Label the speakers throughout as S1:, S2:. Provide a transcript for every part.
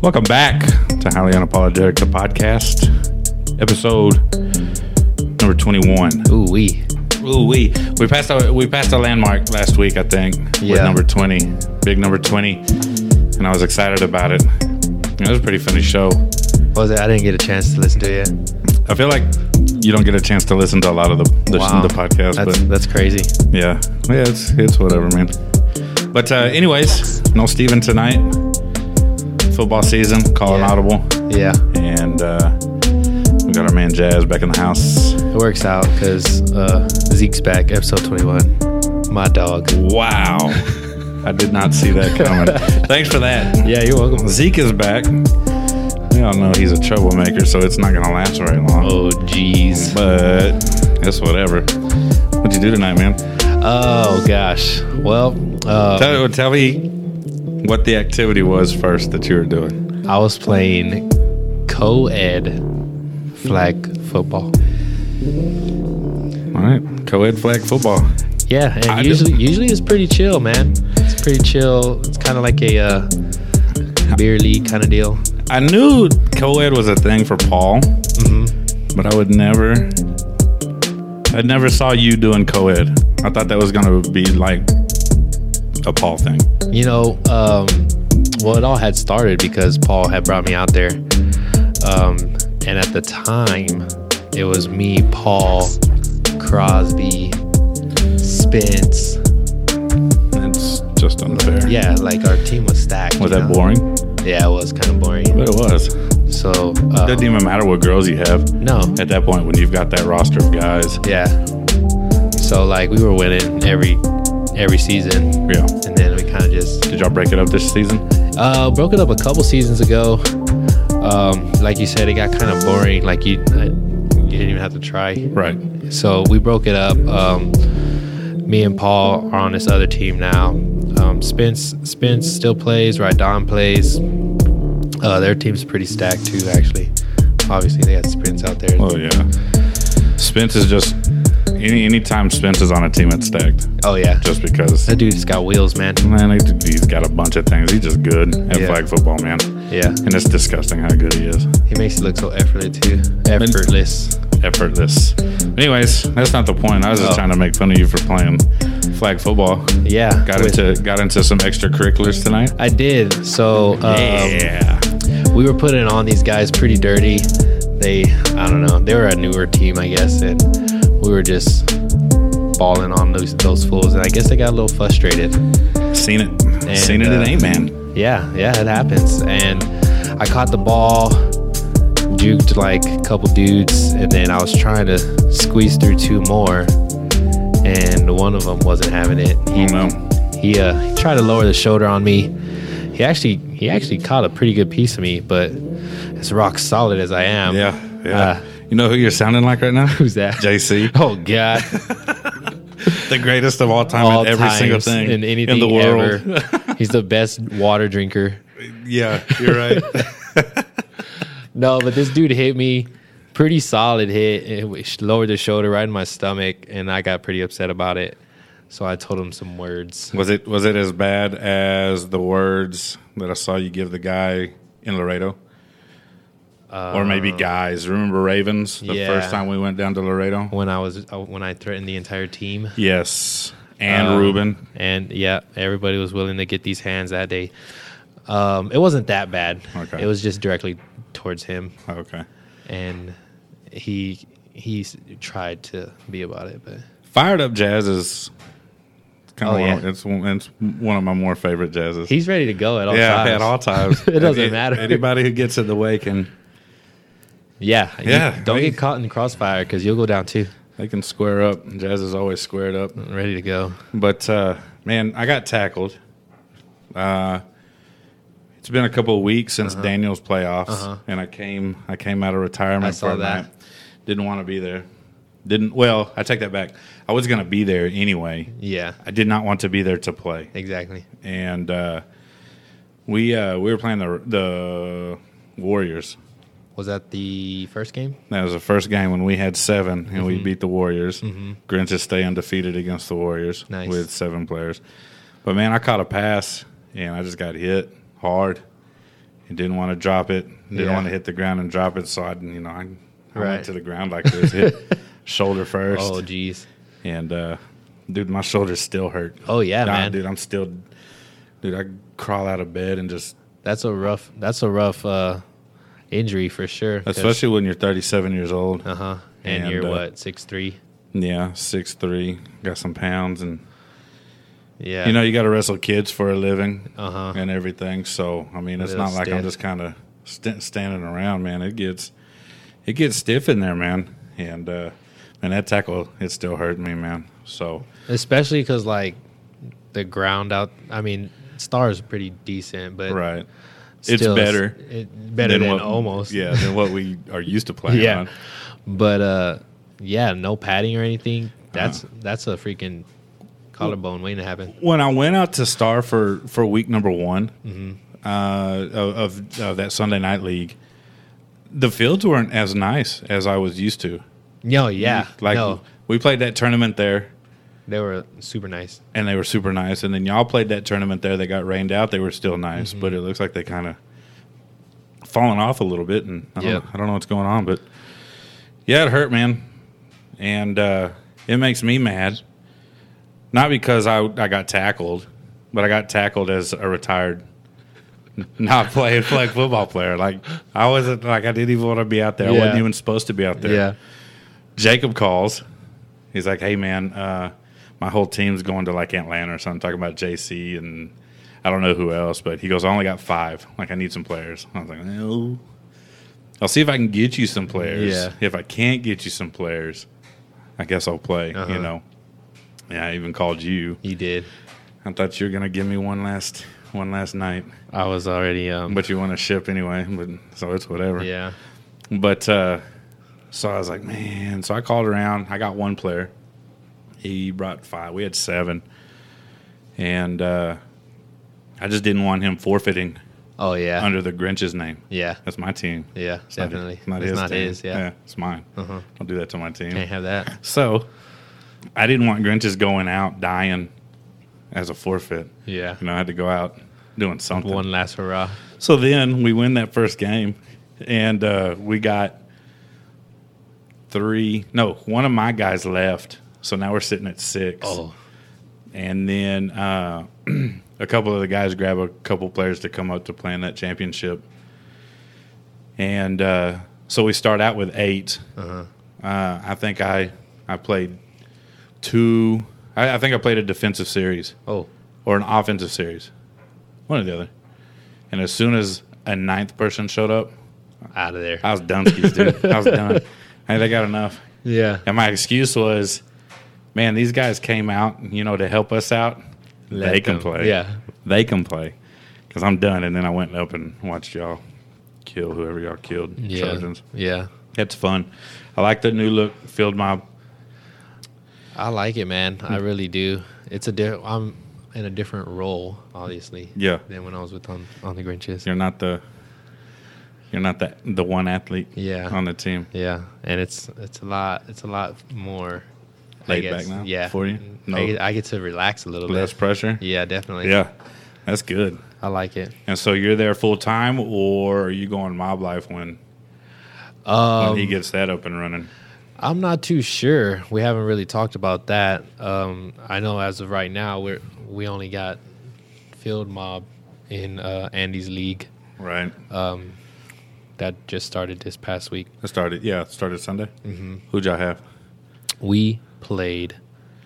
S1: Welcome back to Highly Unapologetic, the podcast, episode number twenty-one.
S2: Ooh wee.
S1: Ooh, we we passed our we passed our landmark last week, I think, with
S2: Yeah.
S1: number twenty, big number twenty, and I was excited about it. It was a pretty funny show.
S2: Was it? I didn't get a chance to listen to it. yet.
S1: I feel like you don't get a chance to listen to a lot of the the,
S2: Wow.
S1: the podcast,
S2: That's
S1: but
S2: that's crazy.
S1: yeah, yeah, it's it's whatever, man. But uh, anyways, no Steven tonight. Football season, call an
S2: Yeah.
S1: audible,
S2: Yeah,
S1: and uh, we got our man Jazz back in the house.
S2: it works out because uh, Zeke's back. Episode twenty one. My dog.
S1: Wow, I did not see that coming. Thanks for that.
S2: Yeah, you're welcome.
S1: Zeke is back. We all know he's a troublemaker, so it's not gonna last very long.
S2: Oh jeez.
S1: But it's whatever. What'd you do tonight, man?
S2: Oh gosh. Well, uh,
S1: Tell, tell me what the activity was first that you were doing.
S2: I was playing co-ed flag football.
S1: All right, co-ed flag football.
S2: Yeah, and
S1: I do-
S2: usually usually it's pretty chill, man. It's pretty chill. It's kind of like a uh, beer league kind of deal.
S1: I knew co-ed was a thing for Paul, but I would never. I never saw you doing co-ed. I thought that was gonna be like a Paul thing.
S2: You know, um, well, it all had started because Paul had brought me out there. Um, and at the time, it was me, Paul, Crosby, Spence.
S1: It's just unfair.
S2: Yeah, like our team was stacked.
S1: Was
S2: you
S1: that
S2: know?
S1: boring?
S2: Yeah, it was kind of boring.
S1: But it was.
S2: So, uh,
S1: Doesn't even matter what girls you have
S2: no.
S1: at that point when you've got that roster of guys.
S2: Yeah. So, like, we were winning every every season.
S1: Yeah.
S2: And then we kind of just
S1: Did y'all break it up this season?
S2: Uh, broke it up a couple seasons ago. Um, like you said, it got kind of boring. Like you, I, you didn't even have to try.
S1: Right.
S2: So we broke it up. Um, me and Paul are on this other team now. Um, Spence Spence still plays. Rydon plays. Uh, their team's pretty stacked too, actually. Obviously, they got Spence out there.
S1: Oh yeah. Spence is just any anytime Spence is on a team, it's stacked.
S2: Oh yeah,
S1: Just because
S2: that dude's got wheels, man.
S1: man, he- he's got a bunch of things. He's just good at
S2: Yeah.
S1: flag football, man.
S2: Yeah,
S1: And it's disgusting how good he is.
S2: he makes it look so effortless too. Effortless.
S1: Effortless. Anyways, that's not the point. I was just
S2: Oh.
S1: trying to make fun of you for playing flag football.
S2: Yeah,
S1: Got
S2: with-
S1: into got into some extracurriculars tonight.
S2: I did. So um,
S1: yeah.
S2: we were putting on these guys pretty dirty. They, I don't know, they were a newer team, I guess, and we were just balling on those, those fools. And I guess they got a little frustrated.
S1: Seen it. Seen it
S2: uh,
S1: in A Man.
S2: Yeah, yeah, it happens. And I caught the ball, juked like a couple dudes, and then I was trying to squeeze through two more, and one of them wasn't having it.
S1: Oh
S2: He,
S1: no.
S2: he, uh, he tried to lower the shoulder on me. He actually he actually caught a pretty good piece of me, but as rock solid as I am,
S1: Yeah, yeah.
S2: Uh,
S1: you know who you're sounding like right now?
S2: Who's that?
S1: JC,
S2: Oh God!
S1: the greatest of all time
S2: All
S1: in every single thing
S2: in
S1: in
S2: anything
S1: the world.
S2: Ever. He's the best water drinker.
S1: yeah, you're right.
S2: No, but this dude hit me pretty solid hit. It w- sh- lowered the shoulder right in my stomach, and I got pretty upset about it. So I told him some words.
S1: was it was it as bad as the words that I saw you give the guy in Laredo? or maybe guys. Remember Ravens? The
S2: Uh, yeah.
S1: first time we went down to Laredo.
S2: When I was uh, when I threatened the entire team,
S1: Yes, and
S2: Um,
S1: Ruben.
S2: and yeah, everybody was willing to get these hands that day. Um, it wasn't that bad.
S1: Okay.
S2: It was just directly towards him,
S1: Okay.
S2: and he he s- tried to be about it, but
S1: Fired up jazz is kind
S2: Oh,
S1: of
S2: yeah.
S1: it's one- it's one of my more favorite jazzes.
S2: he's ready to go at all
S1: yeah,
S2: times.
S1: at all times.
S2: It doesn't
S1: Any-
S2: matter.
S1: Anybody who gets in the way can
S2: Yeah, you
S1: Yeah,
S2: don't
S1: I mean-
S2: get caught in the crossfire because you'll go down too.
S1: They can square up. Jazz is always squared up.
S2: Ready to go.
S1: But uh, man, I got tackled. Uh, it's been a couple of weeks since
S2: Uh-huh.
S1: Daniel's playoffs, and I came I came out of retirement.
S2: I saw
S1: for a
S2: that.
S1: night. Didn't want to be there. Didn't. Well, I take that back. I was going to be there anyway.
S2: Yeah,
S1: I did not want to be there to play,
S2: exactly.
S1: and uh, we uh, we were playing the the Warriors.
S2: Was that the first game?
S1: That was the first game when we had seven and
S2: Mm-hmm.
S1: we beat the Warriors. Grinch is stay undefeated against the Warriors
S2: Nice.
S1: with seven players. But man, I caught a pass and I just got hit hard and didn't want to drop it. Didn't
S2: Yeah.
S1: want to hit the ground and drop it. So I, you know, I, I
S2: Right.
S1: went to the ground like this, hit shoulder first,
S2: Oh, geez.
S1: and uh, dude, my shoulders still hurt.
S2: Oh yeah,
S1: Nah,
S2: man.
S1: dude, I'm still, dude, I crawl out of bed and just,
S2: That's a rough. That's a rough uh, injury for sure.
S1: especially when you're 37 years old.
S2: Uh huh. And,
S1: And,
S2: you're
S1: uh,
S2: what six three?
S1: Yeah, six three, got some pounds, and
S2: Yeah.
S1: you know you got to wrestle kids for a living
S2: Uh huh.
S1: and everything. So I mean, it's
S2: Little
S1: not like I'm
S2: stiff.
S1: just kind of st- standing around, man. It gets it gets stiff in there, man. And uh, man, that tackle it still hurt me, man. So
S2: Especially because like the ground out. I mean, stars are pretty decent, but
S1: right,
S2: still
S1: it's better.
S2: It, better than,
S1: what-
S2: almost.
S1: yeah, than what we are used to playing.
S2: Yeah.
S1: on.
S2: But uh, yeah, no padding or anything. That's
S1: Uh-huh.
S2: that's a freaking collarbone waiting to happen.
S1: when I went out to Star for for week number one
S2: Mm-hmm.
S1: uh, of, of of that Sunday night league, the fields weren't as nice as I was used to.
S2: No, yeah,
S1: like
S2: no,
S1: we played that tournament there,
S2: they were super nice.
S1: and they were super nice. And then y'all played that tournament there. They got rained out. They were still nice,
S2: Mm-hmm.
S1: but it looks like they kind of fallen off a little bit. And I don't,
S2: Yep.
S1: I don't know what's going on, but yeah, it hurt, man, and uh, it makes me mad. Not because I I got tackled, but I got tackled as a retired. Not playing flag football player. Like I wasn't like I didn't even want to be out there. I wasn't
S2: Yeah.
S1: even supposed to be out there. Jacob calls. He's like, "Hey man, uh, my whole team's going to like Atlanta or something." Talking about JC and I don't know who else, but he goes, "I only got five. Like I need some players." I was like, "No." I'll see if I can get you some players.
S2: Yeah.
S1: If I can't get you some players, I guess I'll play.
S2: Uh-huh.
S1: You know. Yeah, I even called you.
S2: you did.
S1: I thought you were gonna give me one last one last night,
S2: I was already um.
S1: but you want to ship anyway. But so it's whatever.
S2: yeah,
S1: But uh, so I was like, man. So I called around. I got one player. He brought five. We had seven, and uh, I just didn't want him forfeiting
S2: oh yeah,
S1: under the Grinch's name.
S2: yeah,
S1: That's my team.
S2: yeah,
S1: It's not-
S2: definitely.
S1: it's not,
S2: it's
S1: his.
S2: not
S1: team.
S2: his. Yeah,
S1: it's mine.
S2: Uh-huh.
S1: Don't do that to my team.
S2: can't have that.
S1: So I didn't want Grinch's going out dying as a forfeit.
S2: Yeah,
S1: You know, I had to go out doing something.
S2: one last hurrah.
S1: So then we win that first game, and uh, we got three. No, one of my guys left, so now we're sitting at six.
S2: Oh,
S1: And then uh, a couple of the guys grab a couple players to come up to play in that championship, and uh, so we start out with 8
S2: uh-huh.
S1: Uh, I think I I played two. I, I think I played a defensive series
S2: oh,
S1: or an offensive series, one or the other. And as soon as a ninth person showed up,
S2: out of there.
S1: I was done, skis, dude. I was done. Hey, they got enough.
S2: yeah,
S1: And my excuse was, man, these guys came out, you know, to help us out. they can
S2: them.
S1: play.
S2: Yeah.
S1: they can play. Because I'm done. And then I went up and watched y'all kill whoever y'all killed.
S2: yeah,
S1: Trojans.
S2: yeah.
S1: It's fun. I like the new look field mob.
S2: I like it, man.
S1: Hmm.
S2: I really do. It's a different. I'm in a different role, obviously.
S1: Yeah,
S2: Than when I was with on on the Grinches.
S1: you're not the. You're not the the one athlete
S2: Yeah.
S1: on the team.
S2: Yeah, and it's it's a lot. It's a lot more I
S1: Laid
S2: guess.
S1: back now
S2: Yeah,
S1: for you?
S2: No,
S1: No.
S2: I get, I get to relax a little
S1: Less
S2: bit.
S1: pressure.
S2: Yeah, definitely.
S1: Yeah, that's good.
S2: I like it.
S1: And so you're there full time, or are you going mob life when
S2: Um,
S1: when he gets that up and running?
S2: I'm not too sure. We haven't really talked about that. Um, I know as of right now, we're we only got field mob in uh, Andy's league
S1: Right.
S2: that just started this past week.
S1: It started. Yeah, it started Sunday. Mm-hmm. Who'd y'all have?
S2: We played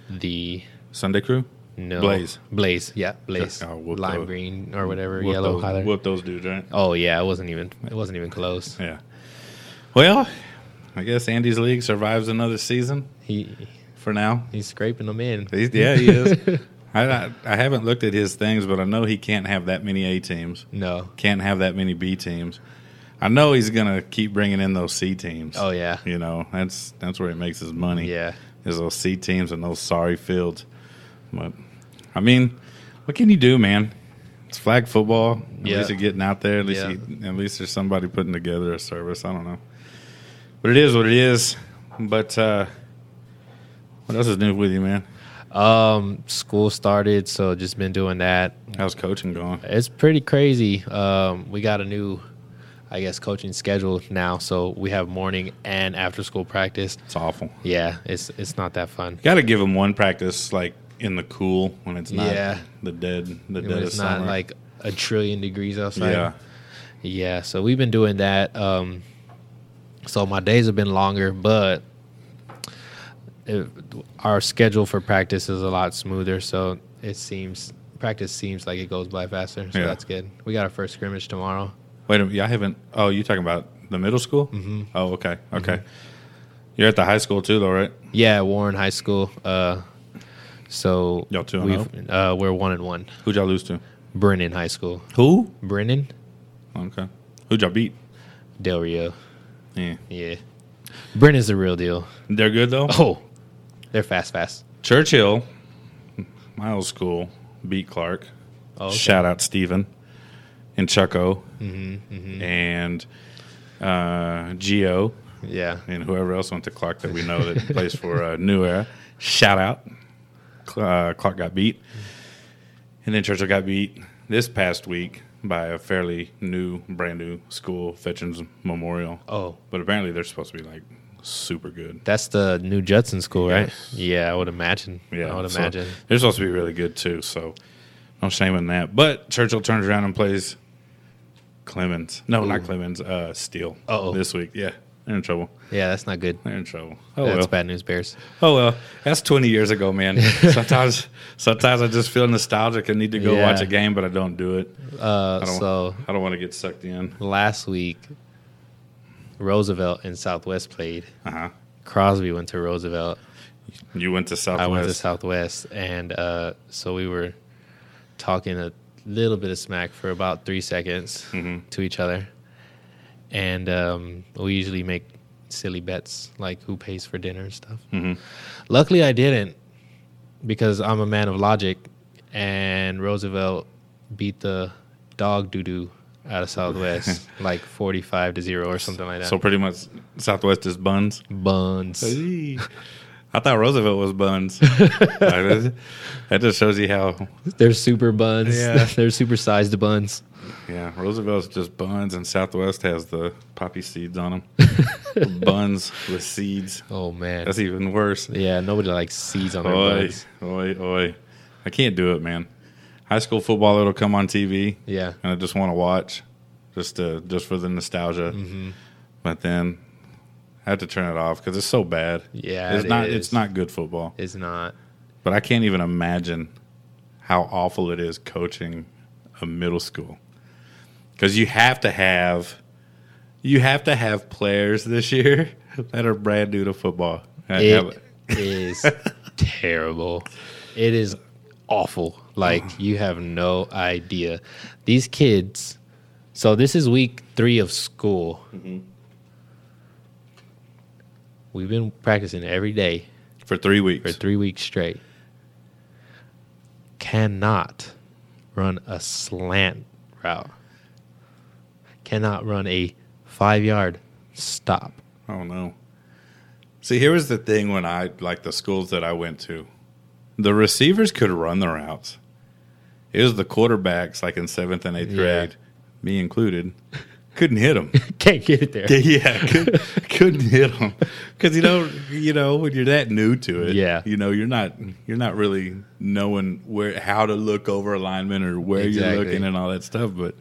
S2: the
S1: Sunday crew.
S2: no
S1: Blaze.
S2: Blaze, yeah, Blaze,
S1: Oh, whoop
S2: lime
S1: those.
S2: green or whatever,
S1: Whoop
S2: yellow
S1: those,
S2: highlight.
S1: whoop those dudes, right?
S2: Oh yeah, it wasn't even it wasn't even close.
S1: Yeah. Well, I guess Andy's league survives another season
S2: He
S1: for now.
S2: he's scraping them in.
S1: He's, yeah, he is. I, I I haven't looked at his things, but I know he can't have that many A teams.
S2: No.
S1: Can't have that many B teams. I know he's gonna keep bringing in those C teams.
S2: Oh yeah.
S1: You know, that's that's where he makes his money.
S2: Yeah.
S1: is those C teams and those sorry fields. But I mean, what can you do, man? It's flag football. At
S2: Yeah.
S1: least you're getting out there. At least
S2: Yeah.
S1: you, at least there's somebody putting together a service. I don't know. But it is what it is. But uh what else is new with you, man?
S2: Um, school started, so just been doing that.
S1: How's coaching going?
S2: It's pretty crazy. Um, we got a new, I guess, coaching schedule now, so we have morning and after school practice.
S1: It's awful.
S2: Yeah, it's it's not that fun.
S1: Got to give them one practice like in the cool when it's not
S2: Yeah.
S1: the dead the
S2: When
S1: dead
S2: it's
S1: of
S2: not
S1: summer.
S2: like a trillion degrees outside.
S1: yeah.
S2: Yeah, so we've been doing that. Um, so my days have been longer, but it, our schedule for practice is a lot smoother. So it seems practice seems like it goes by faster. So
S1: Yeah.
S2: that's good. We got our first scrimmage tomorrow.
S1: Wait a minute. I haven't. Oh, you talking about the middle school? Mm-hmm. Oh, okay. Okay. You're at the high school too, though, right?
S2: Yeah, Warren High School. Uh, so
S1: Y'all two and
S2: we've, uh, we're one and one.
S1: Who'd y'all lose to?
S2: Brennan High School.
S1: Who?
S2: Brennan
S1: Okay. Who'd y'all beat?
S2: Del Rio.
S1: Yeah.
S2: Yeah, Brennan's the real deal.
S1: They're good though.
S2: Oh, they're fast, fast.
S1: Churchill, my old school, beat Clark.
S2: Oh, okay.
S1: Shout out Steven and Chucko Mm-hmm, and uh, Geo
S2: yeah.
S1: and whoever else went to Clark that we know that plays for uh, New Era. Shout out. Cl- Uh, Clark got beat. And then Churchill got beat this past week by a fairly new, brand new school, Fetchins Memorial.
S2: Oh,
S1: But apparently they're supposed to be like super good.
S2: That's the new Judson school, right?
S1: Yes.
S2: Yeah, I would imagine. I would
S1: so
S2: imagine.
S1: they're supposed to be really good too. So no shame in that. But Churchill turns around and plays Clemens. No, not Clemens. Uh, Steele.
S2: Uh-oh.
S1: this week. Yeah, they're in trouble.
S2: Yeah, that's not good.
S1: They're in trouble. Oh
S2: that's
S1: well.
S2: bad news, Bears.
S1: Oh well. That's twenty years ago, man. sometimes, sometimes I just feel nostalgic and need to go
S2: Yeah.
S1: watch a game, but I don't do it.
S2: Uh,
S1: I don't.
S2: so
S1: I don't want to get sucked in.
S2: last week, Roosevelt and Southwest played.
S1: Uh huh.
S2: Crosby went to Roosevelt.
S1: You went to Southwest.
S2: I went to Southwest, and uh, so we were talking a little bit of smack for about three seconds
S1: Mm-hmm.
S2: to each other, and um, we usually make silly bets like who pays for dinner and stuff.
S1: Mm-hmm.
S2: Luckily, I didn't because I'm a man of logic, and Roosevelt beat the dog doo doo out of Southwest like 45 to zero or something like that.
S1: So pretty much, Southwest is buns.
S2: buns.
S1: I thought Roosevelt was buns. Like, that that just shows you how,
S2: They're super buns.
S1: Yeah.
S2: They're super sized buns.
S1: yeah, Roosevelt's just buns, and Southwest has the poppy seeds on them. buns with seeds.
S2: Oh man.
S1: That's even worse.
S2: Yeah, nobody likes seeds on their
S1: Oi,
S2: buns.
S1: oi, oi. I can't do it, man. High school football, it'll come on TV,
S2: Yeah,
S1: and I just want to watch just to, just for the nostalgia.
S2: Mm-hmm.
S1: But then I had to turn it off because it's so bad.
S2: yeah.
S1: it's
S2: it
S1: not.
S2: is.
S1: It's not good football.
S2: It's not.
S1: But I can't even imagine how awful it is coaching a middle school because you have to have you have to have players this year that are brand new to football. I have-
S2: It is terrible. It is awful. Like you have no idea. These kids. So this is week three of school. We've been practicing every day
S1: for three weeks.
S2: for three weeks straight. Cannot run a slant route. Cannot run a five yard stop.
S1: I don't know. See, here was the thing when I like the schools that I went to, the receivers could run the routes. It was the quarterbacks, like in seventh and eighth
S2: Yeah.
S1: grade, me included, couldn't hit them.
S2: Can't get it there.
S1: Yeah, could, couldn't hit him because you know, you know, when you're that new to it,
S2: Yeah.
S1: you know, you're not, you're not really knowing where how to look over alignment or where you're
S2: Exactly.
S1: looking and all that stuff. But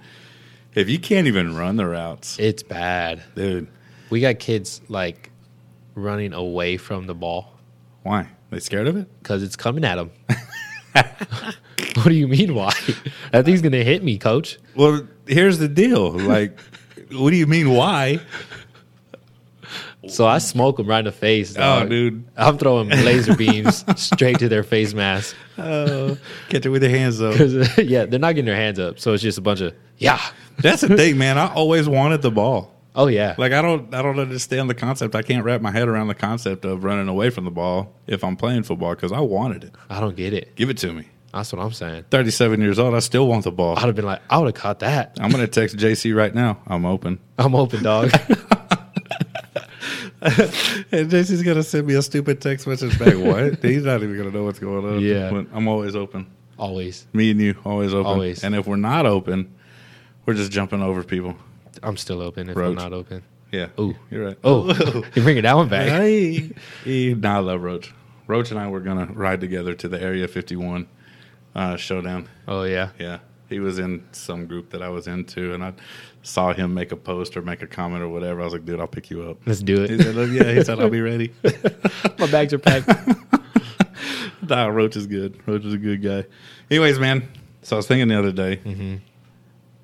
S1: if you can't even run the routes,
S2: It's bad.
S1: dude,
S2: We got kids like running away from the ball
S1: why they scared of it?
S2: because it's coming at them. what do you mean, why? That thing's going to hit me, coach.
S1: Well, here's the deal. Like, what do you mean? Why?
S2: So I smoke them right in the face.
S1: Oh,
S2: dog.
S1: dude,
S2: I'm throwing laser beams straight to their face mask.
S1: oh, catch it with your hands though.
S2: 'Cause, yeah, they're not getting their hands up, so it's just a bunch of yeah.
S1: That's the thing, man. I always wanted the ball.
S2: Oh yeah,
S1: Like I don't I don't understand the concept. I can't wrap my head around the concept of running away from the ball if I'm playing football because I wanted it.
S2: I don't get it.
S1: Give it to me.
S2: That's what I'm saying.
S1: 37 years old, I still want the ball.
S2: I'd have been like, I would have caught that.
S1: I'm going to text JC right now. I'm open.
S2: I'm open, dog.
S3: and JC's gonna send me a stupid text message back. What? He's not even gonna know what's going on.
S2: Yeah.
S1: But I'm always open.
S2: Always.
S1: Me and you always open.
S2: Always.
S1: And if we're not open, we're just jumping over people.
S2: I'm still open if I'm
S1: Roach.
S2: not open.
S1: Yeah.
S2: Ooh.
S1: You're right.
S2: Oh, you bringing that one back.
S1: Hey. nah, I love Roach. Roach and I were gonna ride together to the Area 51 uh, showdown.
S2: Oh, yeah.
S1: Yeah, he was in some group that I was into, and I saw him make a post or make a comment or whatever. I was like, dude, I'll pick you up.
S2: Let's do
S1: He
S2: it.
S1: said, "Oh, yeah, he said I'll be ready.
S2: My bags are packed.
S1: nah, Roach is good. Roach is a good guy. Anyways, man. So I was thinking the other day,
S2: Mm-hmm.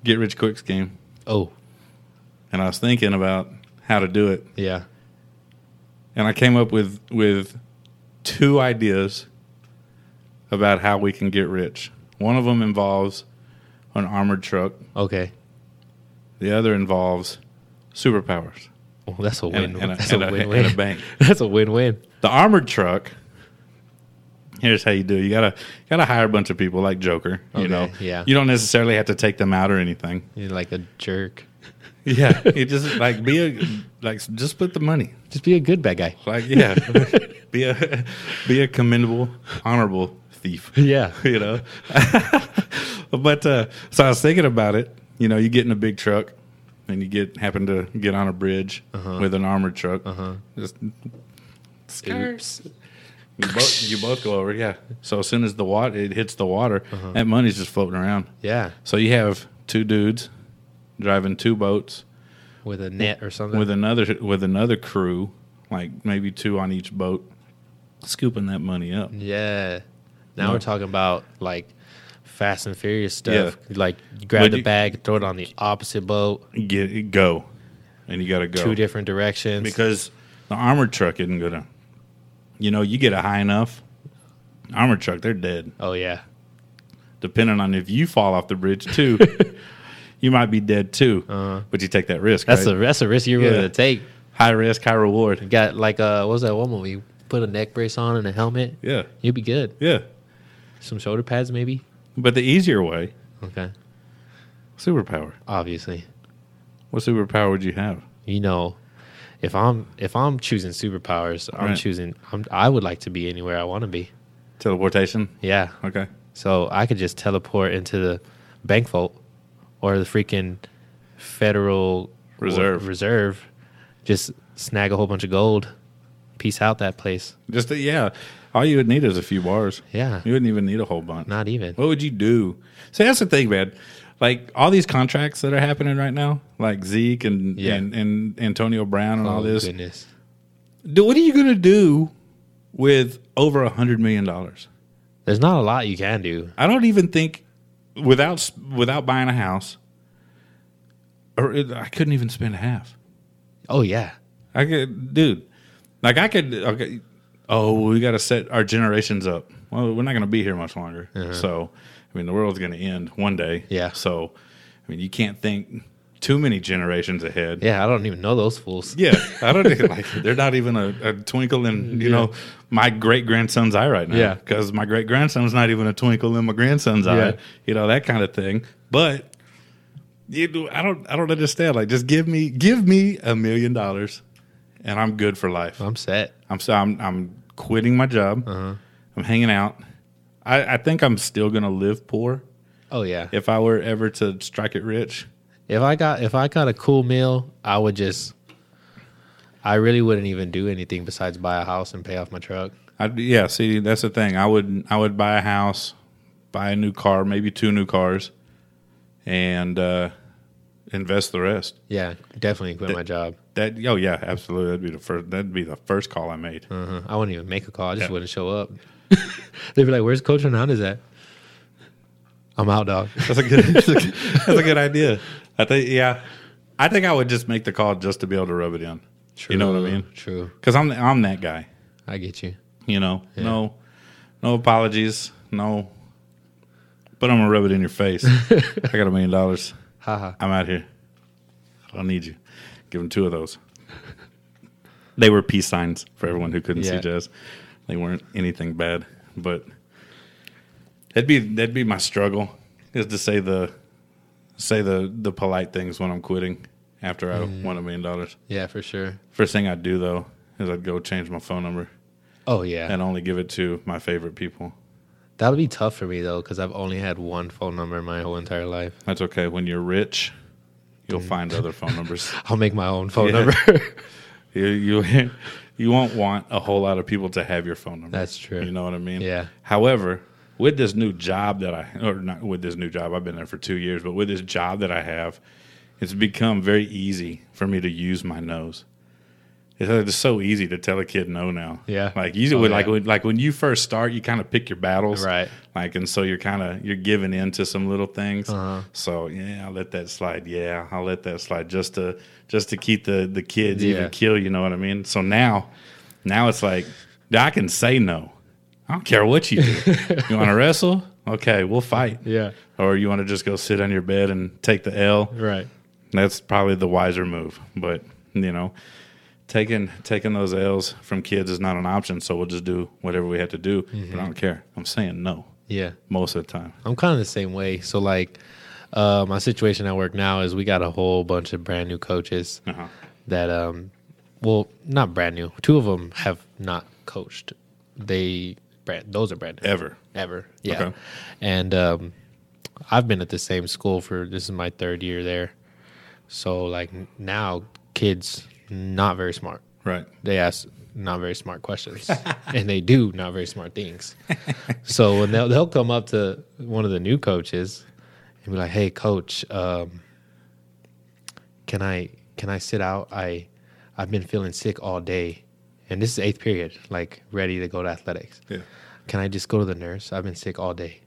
S1: get rich quick scheme,
S2: Oh,
S1: and I was thinking about how to do it,
S2: yeah.
S1: and I came up with with two ideas about how we can get rich. One of them involves an armored truck.
S2: Okay.
S1: The other involves superpowers.
S2: Well, that's a
S1: And-
S2: win.
S1: and a-
S2: That's
S1: and
S2: a
S1: a-
S2: win-win.
S1: and a bank.
S2: That's a win-win.
S1: The armored truck. Here's how you do. it. You gotta gotta hire a bunch of people like Joker. You
S2: Okay,
S1: know,
S2: yeah.
S1: You don't necessarily have to take them out or anything.
S2: You're like a jerk.
S1: Yeah, you just like be a like just put the money.
S2: Just be a good bad guy.
S1: Like yeah, be a be a commendable, honorable thief.
S2: Yeah.
S1: You know, but uh, so I was thinking about it. You know, you get in a big truck, and you get happen to get on a bridge with an armored truck. Uh-huh. Just
S2: Oops.
S1: You both, you both go over, yeah. So as soon as the water it hits the water, that money's just floating around.
S2: Yeah.
S1: So you have two dudes driving two boats
S2: With a net or something.
S1: with another with another crew, like maybe two on each boat, scooping that money up.
S2: yeah. Now
S1: No.
S2: we're talking about like Fast and Furious stuff. Like you grab
S1: Would
S2: the
S1: you-
S2: bag, throw it on the opposite boat,
S1: Get go, and you got to go
S2: two different directions.
S1: because the armored truck isn't gonna. You know, you get a high enough armored truck, they're dead.
S2: oh yeah.
S1: Depending on if you fall off the bridge too, you might be dead too. But you take that risk.
S2: Uh-huh. That's
S1: right?
S2: a that's a risk you're willing
S1: Yeah.
S2: to take.
S1: high risk, high reward.
S2: Got like uh what was that one movie? Put a neck brace on and a helmet.
S1: Yeah,
S2: You'll be good.
S1: yeah.
S2: Some shoulder pads maybe.
S1: But the easier way,
S2: Okay.
S1: superpower.
S2: Obviously.
S1: What superpower would you have?
S2: you know if i'm if i'm choosing superpowers i'm
S1: Right.
S2: choosing I'm, i would like to be anywhere i want to be
S1: Teleportation.
S2: yeah
S1: Okay.
S2: so i could just teleport into the bank vault or the freaking federal
S1: Reserve.
S2: reserve just snag a whole bunch of gold peace out that place
S1: Just yeah. All you would need is a few bars.
S2: yeah
S1: You wouldn't even need a whole bunch.
S2: not even
S1: What would you do? See, that's the thing, man. Like all these contracts that are happening right now, like Zeke and
S2: Yeah.
S1: and, and Antonio Brown and all
S2: oh
S1: this.
S2: goodness
S1: Do, what are you gonna do with over a hundred million dollars?
S2: there's not a lot you can do
S1: I don't even think without s- without buying a house, or it, I couldn't even spend half.
S2: oh yeah
S1: I could, dude. Like I could. Okay. Oh, we got to set our generations up. Well, we're not going to be here much longer. So, I mean, the world's going to end one day.
S2: Yeah.
S1: So, I mean, you can't think too many generations ahead.
S2: yeah i don't even know those fools
S1: Yeah, I don't even like. They're not even a, a twinkle in you know my great grandson's eye right now.
S2: Mm, Yeah.
S1: because my great grandson's not even a twinkle in my grandson's
S2: Yeah.
S1: eye. You know that kind of thing. But you, do- I don't. I don't understand. Like, just give me give me a million dollars, and I'm good for life.
S2: i'm set
S1: I'm so I'm I'm quitting my job.
S2: Uh-huh.
S1: I'm hanging out. I, I think I'm still gonna live poor
S2: oh yeah
S1: if I were ever to strike it rich.
S2: If I got if I got a cool meal, I would just I really wouldn't even do anything besides buy a house and pay off my truck.
S1: I'd, yeah, see, that's the thing. I would I would buy a house, buy a new car, maybe two new cars, and uh, invest the rest.
S2: Yeah, definitely quit my job.
S1: That oh yeah, absolutely. That'd be the first. That'd be the first call I made.
S2: Uh-huh. I wouldn't even make a call. I just
S1: Yeah.
S2: wouldn't show up. They'd be like, "Where's Coach Hernandez at?" I'm out, dog.
S1: That's a good. that's, a good that's a good idea. I think yeah, I think I would just make the call just to be able to rub it in. You know what I mean?
S2: True.
S1: Because I'm I'm that guy.
S2: I get you.
S1: You know, no, no apologies, no. But I'm gonna rub it in your face. I got a million dollars.
S2: Haha.
S1: I'm out here. I don't need you. Give them two of those. they were peace signs for everyone who couldn't
S2: Yeah.
S1: see jazz. They weren't anything bad, but that'd be that'd be my struggle is to say the say the the polite things when I'm quitting. after I won a million dollars.
S2: Yeah, for sure.
S1: First thing I'd do though is I'd go change my phone number
S2: Oh yeah,
S1: and only give it to my favorite people.
S2: that'll be tough for me though because I've only had one phone number my whole entire life.
S1: That's okay. When you're rich, you'll find other phone numbers.
S2: I'll make my own phone
S1: Yeah.
S2: number.
S1: You you you won't want a whole lot of people to have your phone number.
S2: That's true.
S1: You know what I mean?
S2: Yeah.
S1: However, with this new job that I or not with this new job, I've been there for two years, but with this job that I have, it's become very easy for me to use my nose. It's, it's so easy to tell a kid no now.
S2: Yeah.
S1: Like you
S2: Oh,
S1: would like
S2: yeah.
S1: when, like when you first start, you kind of pick your battles,
S2: Right.
S1: Like, and so you're kind of you're giving in to some little things.
S2: Uh-huh.
S1: So yeah, I'll let that slide. Yeah, I'll let that slide just to just to keep the the kids
S2: Yeah.
S1: even kill. You know what I mean? So now, now it's like I can say no. I don't care what you do. you want to wrestle? Okay, we'll fight.
S2: yeah,
S1: Or you want to just go sit on your bed and take the L?
S2: right.
S1: That's probably the wiser move. But you know, taking taking those L's from kids is not an option. So we'll just do whatever we have to do. But I don't care. I'm saying no
S2: Yeah,
S1: most of the time.
S2: I'm kind of the same way. So like, uh, my situation at work now is we got a whole bunch of brand new coaches
S1: Uh-huh.
S2: that um, well, not brand new. Two of them have not coached. They brand those are brand new.
S1: Ever.
S2: ever. Yeah.
S1: Okay.
S2: And um, I've been at the same school for this is my third year there. So like n- now, kids not very smart.
S1: Right.
S2: They ask not very smart questions, and they do not very smart things. so when they'll they'll come up to one of the new coaches and be like, "Hey, coach, um, can I can I sit out? I I've been feeling sick all day." And this is eighth period, like ready to go to athletics
S1: Yeah.
S2: can I just go to the nurse? I've been sick all day.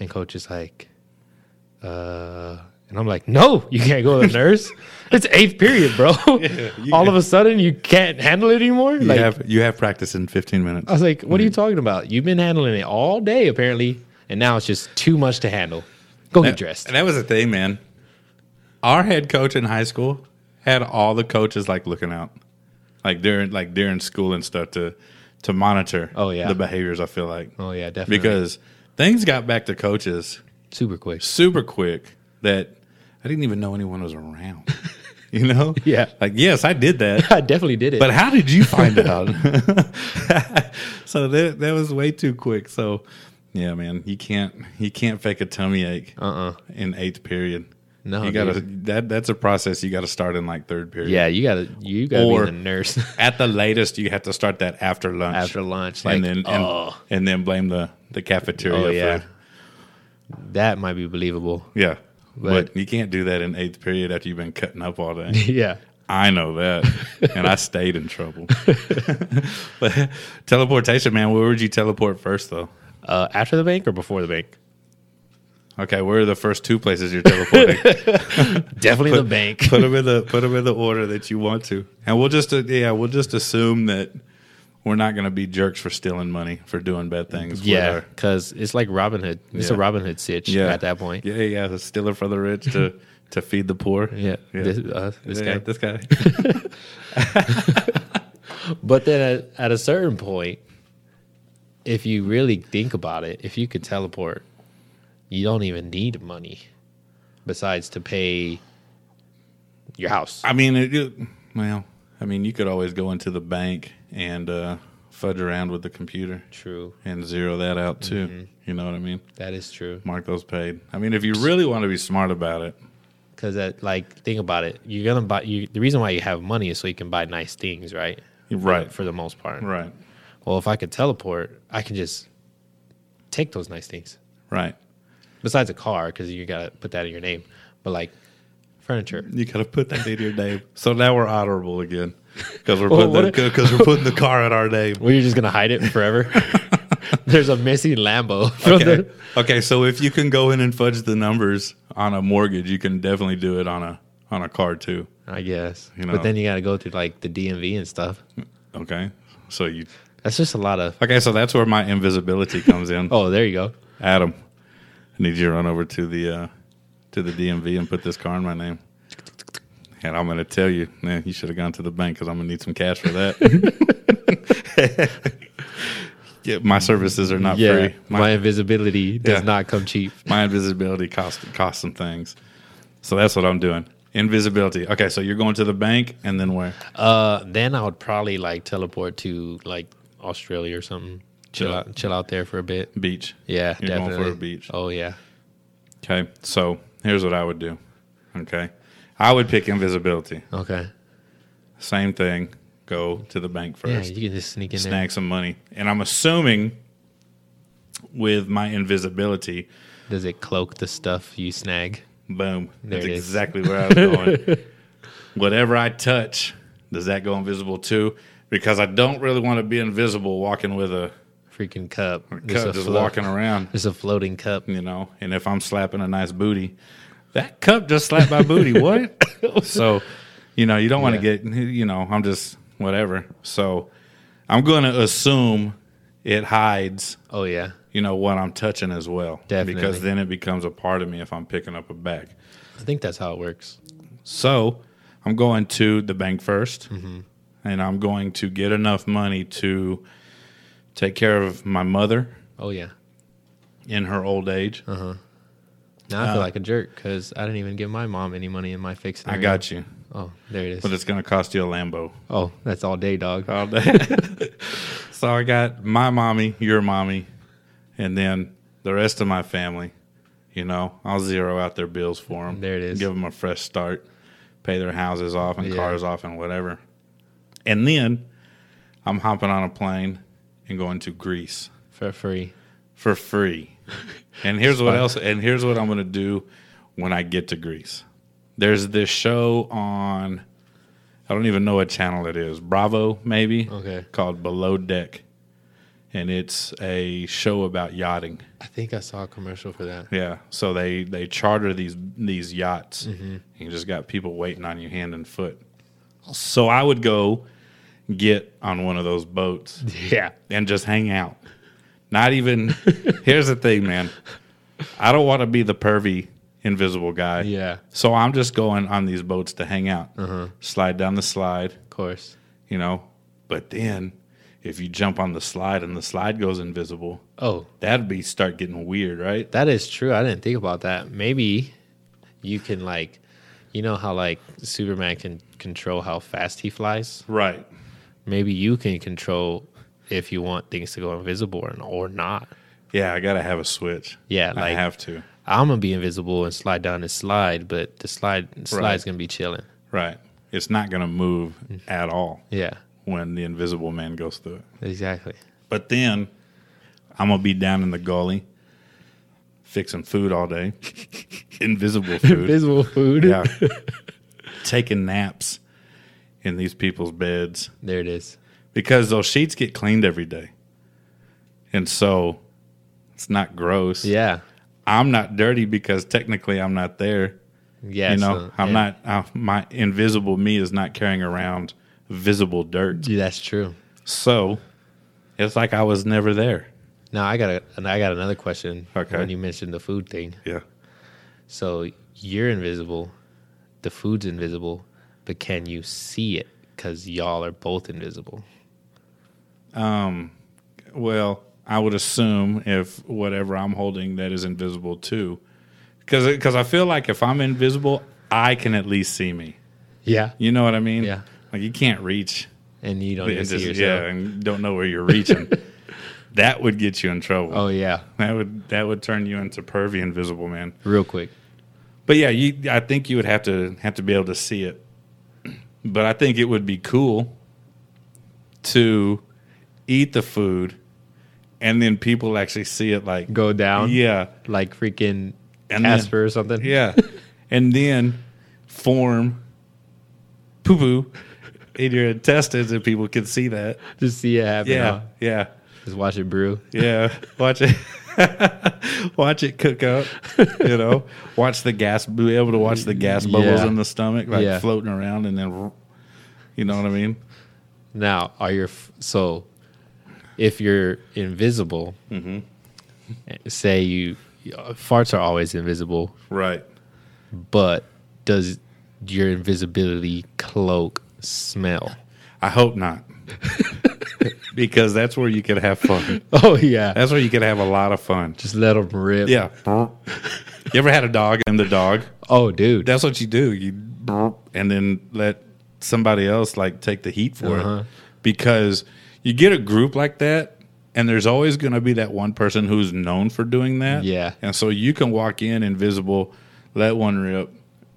S2: And coach is like, uh, and I'm like, no, you can't go to the nurse. it's eighth period, bro.
S1: you-
S2: all of a sudden, you can't handle it anymore.
S1: You
S2: Like,
S1: have Mm. you have practice in 15 minutes.
S2: I was like, what are you talking about? You've been handling it all day, apparently. And now it's just too much to handle. Go get dressed.
S1: And that was the thing, man. Our head coach in high school had all the coaches like looking out, like during like during school and stuff to to monitor.
S2: Oh, yeah.
S1: the behaviors. I feel like
S2: Oh, yeah, definitely.
S1: because things got back to coaches
S2: Super quick.
S1: super quick that I didn't even know anyone was around. you know?
S2: Yeah.
S1: Like yes, I did that.
S2: I definitely did it.
S1: But how did you find out? so that that was way too quick. So yeah, man, you can't you can't fake a tummy ache
S2: Uh-uh.
S1: in eighth period.
S2: No,
S1: you gotta that that's a process you gotta start in like third period.
S2: yeah, you gotta, you gotta
S1: Or-
S2: be the nurse
S1: At the latest, you have to start that after lunch.
S2: after lunch. Like,
S1: and then and,
S2: oh,
S1: and then blame the the cafeteria.
S2: oh yeah,
S1: food.
S2: that might be believable.
S1: yeah.
S2: But-
S1: but you can't do that in eighth period after you've been cutting up all day.
S2: yeah.
S1: I know that, and I stayed in trouble. but teleportation, man, where would you teleport first, though?
S2: Uh, after the bank or before the bank?
S1: Okay, where are the first two places you're teleporting?
S2: Definitely the bank.
S1: put them in the put 'em in the order that you want to, and we'll just uh, yeah, we'll just assume that we're not going to be jerks for stealing money for doing bad things. with
S2: yeah,
S1: our-
S2: because it's like Robin Hood. It's a
S1: Yeah.
S2: Robin Hood sitch
S1: yeah,
S2: at that point.
S1: yeah, yeah, the stealer for the rich to to feed the poor.
S2: Yeah,
S1: yeah.
S2: This, uh, this
S1: Yeah,
S2: guy.
S1: this guy.
S2: But then at, at a certain point, if you really think about it, if you could teleport, you don't even need money besides to pay your house.
S1: I mean, it, it, well, I mean, you could always go into the bank and uh, fudge around with the computer.
S2: True.
S1: and zero that out too.
S2: Mm-hmm.
S1: You know what I mean?
S2: That is true.
S1: Mark those paid. I mean, if you really want to be smart about it,
S2: Because that, like, think about it. You're gonna buy. You, the reason why you have money is so you can buy nice things, right?
S1: Right.
S2: For the most part.
S1: right,
S2: Well, if I could teleport, I can just take those nice things.
S1: right,
S2: Besides a car, because you gotta put that in your name. But like furniture,
S1: you gotta put that in your name. So now we're honorable again because we're
S2: Well,
S1: putting
S2: what
S1: the, cause we're putting the car in our name.
S2: well, you're just gonna hide it forever. There's a missing Lambo. From
S1: Okay.
S2: the,
S1: okay, so if you can go in and fudge the numbers on a mortgage, you can definitely do it on a on a car too.
S2: I guess.
S1: You know.
S2: But then you gotta go through like the DMV and stuff.
S1: Okay, so you
S2: That's just a lot of.
S1: okay, so that's where my invisibility comes in.
S2: Oh, there you go.
S1: Adam, I need you to run over to the uh, to the DMV and put this car in my name. And I'm gonna tell you, man, you should have gone to the bank because I'm gonna need some cash for that. yeah, my services are not
S2: Yeah,
S1: free.
S2: my,
S1: My,
S2: invisibility does
S1: Yeah.
S2: not come cheap.
S1: my invisibility cost cost some things, so that's what I'm doing. Invisibility. Okay, so you're going to the bank and then where?
S2: Uh, then I would probably like teleport to like Australia or something. Chill
S1: Yeah.
S2: out, chill out there for a bit.
S1: Beach.
S2: Yeah,
S1: You're going for
S2: definitely.
S1: a beach.
S2: Oh yeah.
S1: Okay, so here's what I would do. Okay, I would pick invisibility.
S2: Okay.
S1: Same thing. Go to the bank
S2: Yeah,
S1: first.
S2: you can just sneak in there.
S1: snag some money. And I'm assuming with my invisibility,
S2: Does it cloak the stuff you snag?
S1: boom,
S2: There
S1: that's
S2: it is.
S1: exactly where I was going. Whatever I touch, does that go invisible too? Because I don't really want to be invisible walking with a
S2: Freaking cup.
S1: cup just walking around,
S2: It's a floating cup.
S1: you know. And if I'm slapping a nice booty, that cup just slapped my booty. What? so, you know, you don't want to
S2: Yeah.
S1: get, you know, I'm just whatever. So, I'm going to assume it hides
S2: Oh yeah.
S1: you know what I'm touching as well.
S2: Definitely.
S1: Because then it becomes a part of me if I'm picking up a bag.
S2: I think that's how it works.
S1: So I'm going to the bank 1st and I'm going to get enough money to take care of my mother
S2: Oh yeah.
S1: in her old age.
S2: Now I feel like a jerk because I didn't even give my mom any money in my fix.
S1: Uh. I got you,
S2: Oh, there it
S1: but
S2: is.
S1: it's going to cost you a Lambo
S2: Oh, that's all day, dog.
S1: all day. so I got my mommy, your mommy, and then the rest of my family. You know, I'll zero out their bills for them.
S2: There it is.
S1: Give them a fresh start, pay their houses off and
S2: Yeah.
S1: cars off and whatever. And then I'm hopping on a plane and going to Greece
S2: For free.
S1: for free. And here's what else and here's what I'm going to do when I get to Greece. There's this show on I don't even know what channel it is. Bravo maybe.
S2: Okay.
S1: Called Below Deck. And it's a show about yachting.
S2: I think I saw a commercial for that.
S1: Yeah. So they they charter these these yachts.
S2: Mm-hmm.
S1: You just got people waiting on you hand and foot. So I would go get on one of those boats
S2: Yeah.
S1: and just hang out. Not even. here's the thing, man. I don't want to be the pervy invisible guy.
S2: Yeah. Uh-huh.
S1: So I'm just going on these boats to hang out, slide down the slide,
S2: Of course.
S1: you know. But then, if you jump on the slide and the slide goes invisible,
S2: Oh,
S1: that'd be start getting weird, right?
S2: That is true. I didn't think about that. Maybe you can like, you know how like Superman can control how fast he flies.
S1: Right.
S2: Maybe you can control if you want things to go invisible or, or not.
S1: Yeah, I gotta have a switch.
S2: Yeah,
S1: I
S2: like-
S1: have to.
S2: I'm gonna be invisible and slide down this slide, but the slide slide's gonna be chilling.
S1: Right. It's not gonna move at all
S2: Yeah,
S1: when the invisible man goes through it.
S2: exactly.
S1: But then I'm gonna be down in the gully fixing food all day, invisible food.
S2: Invisible food.
S1: yeah, taking naps in these people's beds
S2: There it is.
S1: because those sheets get cleaned every day, and so it's not gross.
S2: Yeah.
S1: I'm not dirty because technically I'm not there.
S2: Yeah.
S1: You know,
S2: so-
S1: I'm
S2: yeah.
S1: not. I, my invisible me is not carrying around visible dirt,
S2: Yeah, that's true.
S1: so it's like I was never there.
S2: Now I got a, and I got another question.
S1: Okay.
S2: When you mentioned the food thing,
S1: Yeah.
S2: So you're invisible, the food's invisible, but can you see it? Because y'all are both invisible.
S1: Well, I would assume if whatever I'm holding that is invisible too, because because I feel like if I'm invisible, I can at least see me.
S2: Yeah.
S1: You know what I mean?
S2: Yeah.
S1: Like you can't reach,
S2: And you don't
S1: and
S2: even see
S1: just- yeah,
S2: yourself.
S1: and don't know where you're reaching. that would get you in trouble.
S2: Oh yeah,
S1: That would that would turn you into pervy invisible man.
S2: real quick.
S1: But yeah, you I think you would have to have to be able to see it. But I think it would be cool to eat the food and then people actually see it like
S2: Go down.
S1: Yeah.
S2: Like freaking
S1: And
S2: Casper or something.
S1: Yeah. and then form poo poo in your intestines and people can see that.
S2: Just see it happen.
S1: Yeah.
S2: huh?
S1: Yeah.
S2: Just watch it brew.
S1: Yeah. Watch it. watch it cook up, you know. Watch the gas be able to watch the gas bubbles
S2: Yeah.
S1: in the stomach like
S2: Yeah.
S1: floating around and then you know what I mean?
S2: Now, are your f- so if you're invisible,
S1: Mm-hmm.
S2: say you farts are always invisible.
S1: Right.
S2: but does your invisibility cloak smell?
S1: I hope not. because that's where you could have fun.
S2: Oh yeah,
S1: That's where you could have a lot of fun.
S2: just let them rip.
S1: Yeah. you ever had a dog and the dog?
S2: Oh dude,
S1: That's what you do. You and then let somebody else like take the heat for
S2: Uh-huh.
S1: it because you get a group like that and there's always going to be that one person who's known for doing that
S2: Yeah.
S1: and so you can walk in invisible let one rip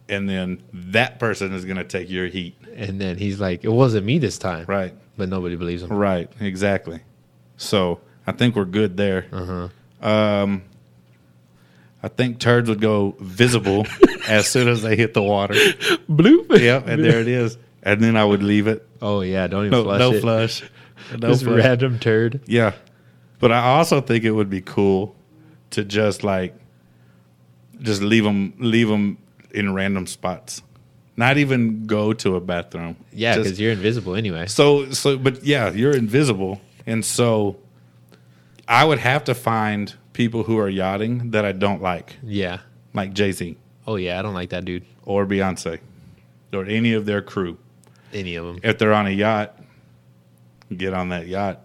S1: and then that person is going to take your heat
S2: And then he's like, it wasn't me this time.
S1: right
S2: But nobody believes him.
S1: Right, exactly. So I think we're good there. Um,
S2: Uh-huh.
S1: I think turds would go visible as soon as they hit the water.
S2: Bloop.
S1: Yep, and there it is. And then I would leave it.
S2: Oh, yeah. Don't even
S1: No,
S2: flush
S1: no
S2: it.
S1: flush. No
S2: This
S1: flush.
S2: random turd.
S1: Yeah. But I also think it would be cool to just like just leave them leave 'em in random spots. Not even go to a bathroom.
S2: Yeah,
S1: Just-
S2: because you're invisible anyway.
S1: so so but yeah, you're invisible. And so I would have to find people who are yachting that I don't like,
S2: Yeah.
S1: like Jay-Z
S2: Oh, yeah. I don't like that dude.
S1: or Beyonce or any of their crew.
S2: Any of them.
S1: If they're on a yacht, get on that yacht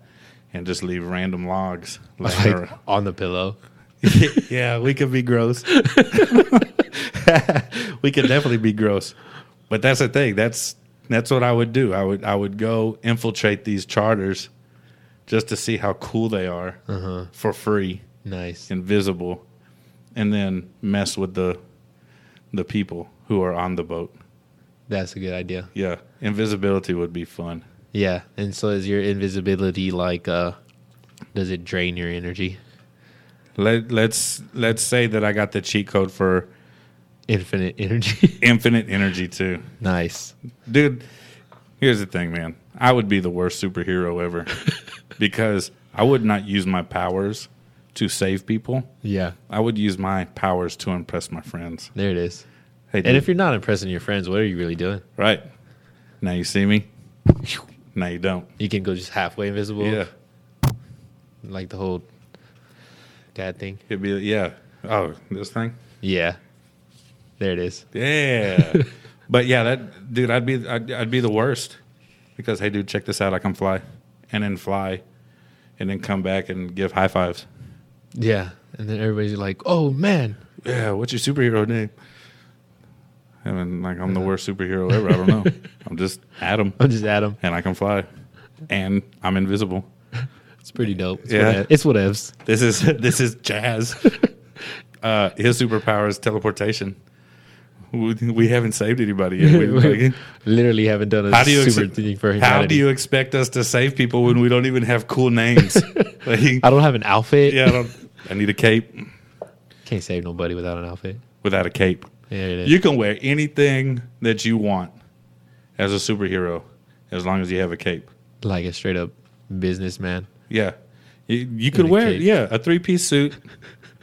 S1: and just leave random logs laying
S2: Like
S1: around.
S2: on the pillow.
S1: yeah, we could be gross. we could definitely be gross. But that's the thing. That's that's what I would do. I would I would go infiltrate these charters just to see how cool they are for free,
S2: Nice.
S1: invisible, and then mess with the the people who are on the boat.
S2: That's a good idea.
S1: Yeah, invisibility would be fun.
S2: Yeah. And so is your invisibility like, uh, does it drain your energy?
S1: Let let's let's say that I got the cheat code for
S2: Infinite energy.
S1: infinite energy too.
S2: nice.
S1: dude here's the thing man i would be the worst superhero ever because i would not use my powers to save people
S2: Yeah.
S1: i would use my powers to impress my friends
S2: There it is.
S1: hey dude,
S2: And if you're not impressing your friends, what are you really doing?
S1: right now you see me now you don't
S2: You can go just halfway invisible.
S1: yeah
S2: Like the whole cat thing.
S1: it'd be yeah oh this thing
S2: Yeah. There it is.
S1: yeah but yeah that dude i'd be I'd, I'd be the worst because hey dude check this out i can fly and then fly and then come back and give high fives
S2: Yeah. And then everybody's like, oh man.
S1: yeah, what's your superhero name? And then, like, I'm the worst superhero ever. I don't know. I'm just Adam,
S2: I'm just Adam.
S1: and I can fly, and I'm invisible.
S2: It's pretty dope. It's
S1: Yeah.
S2: What, it's whatevs.
S1: This is this is Jazz. Uh, his superpower is teleportation. We, we haven't saved anybody yet. We- like,
S2: Literally haven't done a
S1: how do you
S2: super
S1: expect,
S2: thing for humanity.
S1: how do you expect us to save people when we don't even have cool names? Like,
S2: I don't have an outfit.
S1: yeah, I, don't, I need a cape.
S2: Can't save nobody without an outfit.
S1: Without a cape,
S2: There it is.
S1: You can wear anything that you want as a superhero, as long as you have a cape.
S2: like a straight up businessman.
S1: Yeah, you, you could
S2: a
S1: wear
S2: cape.
S1: yeah a three piece suit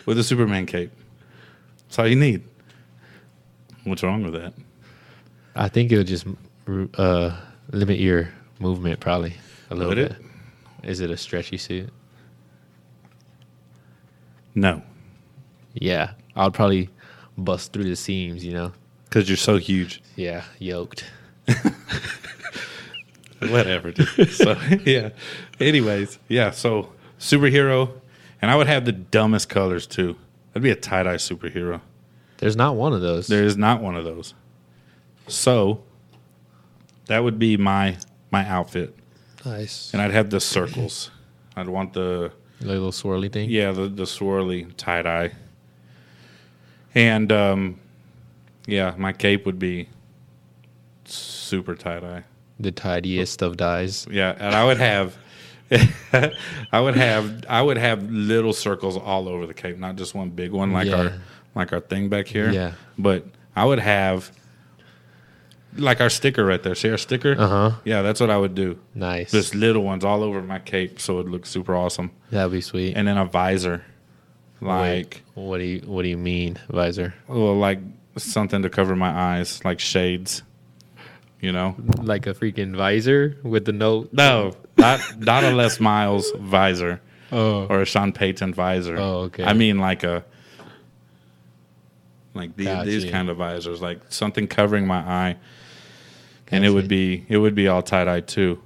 S1: with a Superman cape. That's all you need. What's wrong with that?
S2: I think it would just uh, limit your movement probably a little
S1: Would
S2: bit.
S1: it?
S2: Is it a stretchy suit?
S1: No,
S2: Yeah, I would probably bust through the seams, you know.
S1: because you're so huge.
S2: Yeah, yoked.
S1: Whatever. Dude. So yeah. Anyways, yeah. So superhero, and I would have the dumbest colors too. I'd be a tie dye superhero.
S2: There's not one of those.
S1: There is not one of those. So that would be my my outfit.
S2: nice.
S1: And I'd have the circles. I'd want the
S2: Like a little swirly thing.
S1: yeah, the, the swirly tie dye. And um yeah, my cape would be super tie dye.
S2: The tidiest of dyes.
S1: Yeah, and I would have I would have I would have little circles all over the cape, not just one big one like
S2: Yeah.
S1: our like our thing back here.
S2: Yeah.
S1: But I would have like our sticker right there. See our sticker?
S2: Uh huh.
S1: Yeah, that's what I would do.
S2: Nice.
S1: Uh-huh. Just little ones all over my cape so it looks super awesome.
S2: That'd be sweet.
S1: And then a visor. Like
S2: what do you What do you mean, visor?
S1: well, like something to cover my eyes, like shades. You know?
S2: Like a freaking visor with the note.
S1: No, not not a Les Miles visor
S2: Oh.
S1: or a Sean Payton visor.
S2: Oh, okay.
S1: I mean, like a like the,
S2: Gotcha.
S1: these kind of visors, like something covering my eye, and it would be it would be all tie dye too.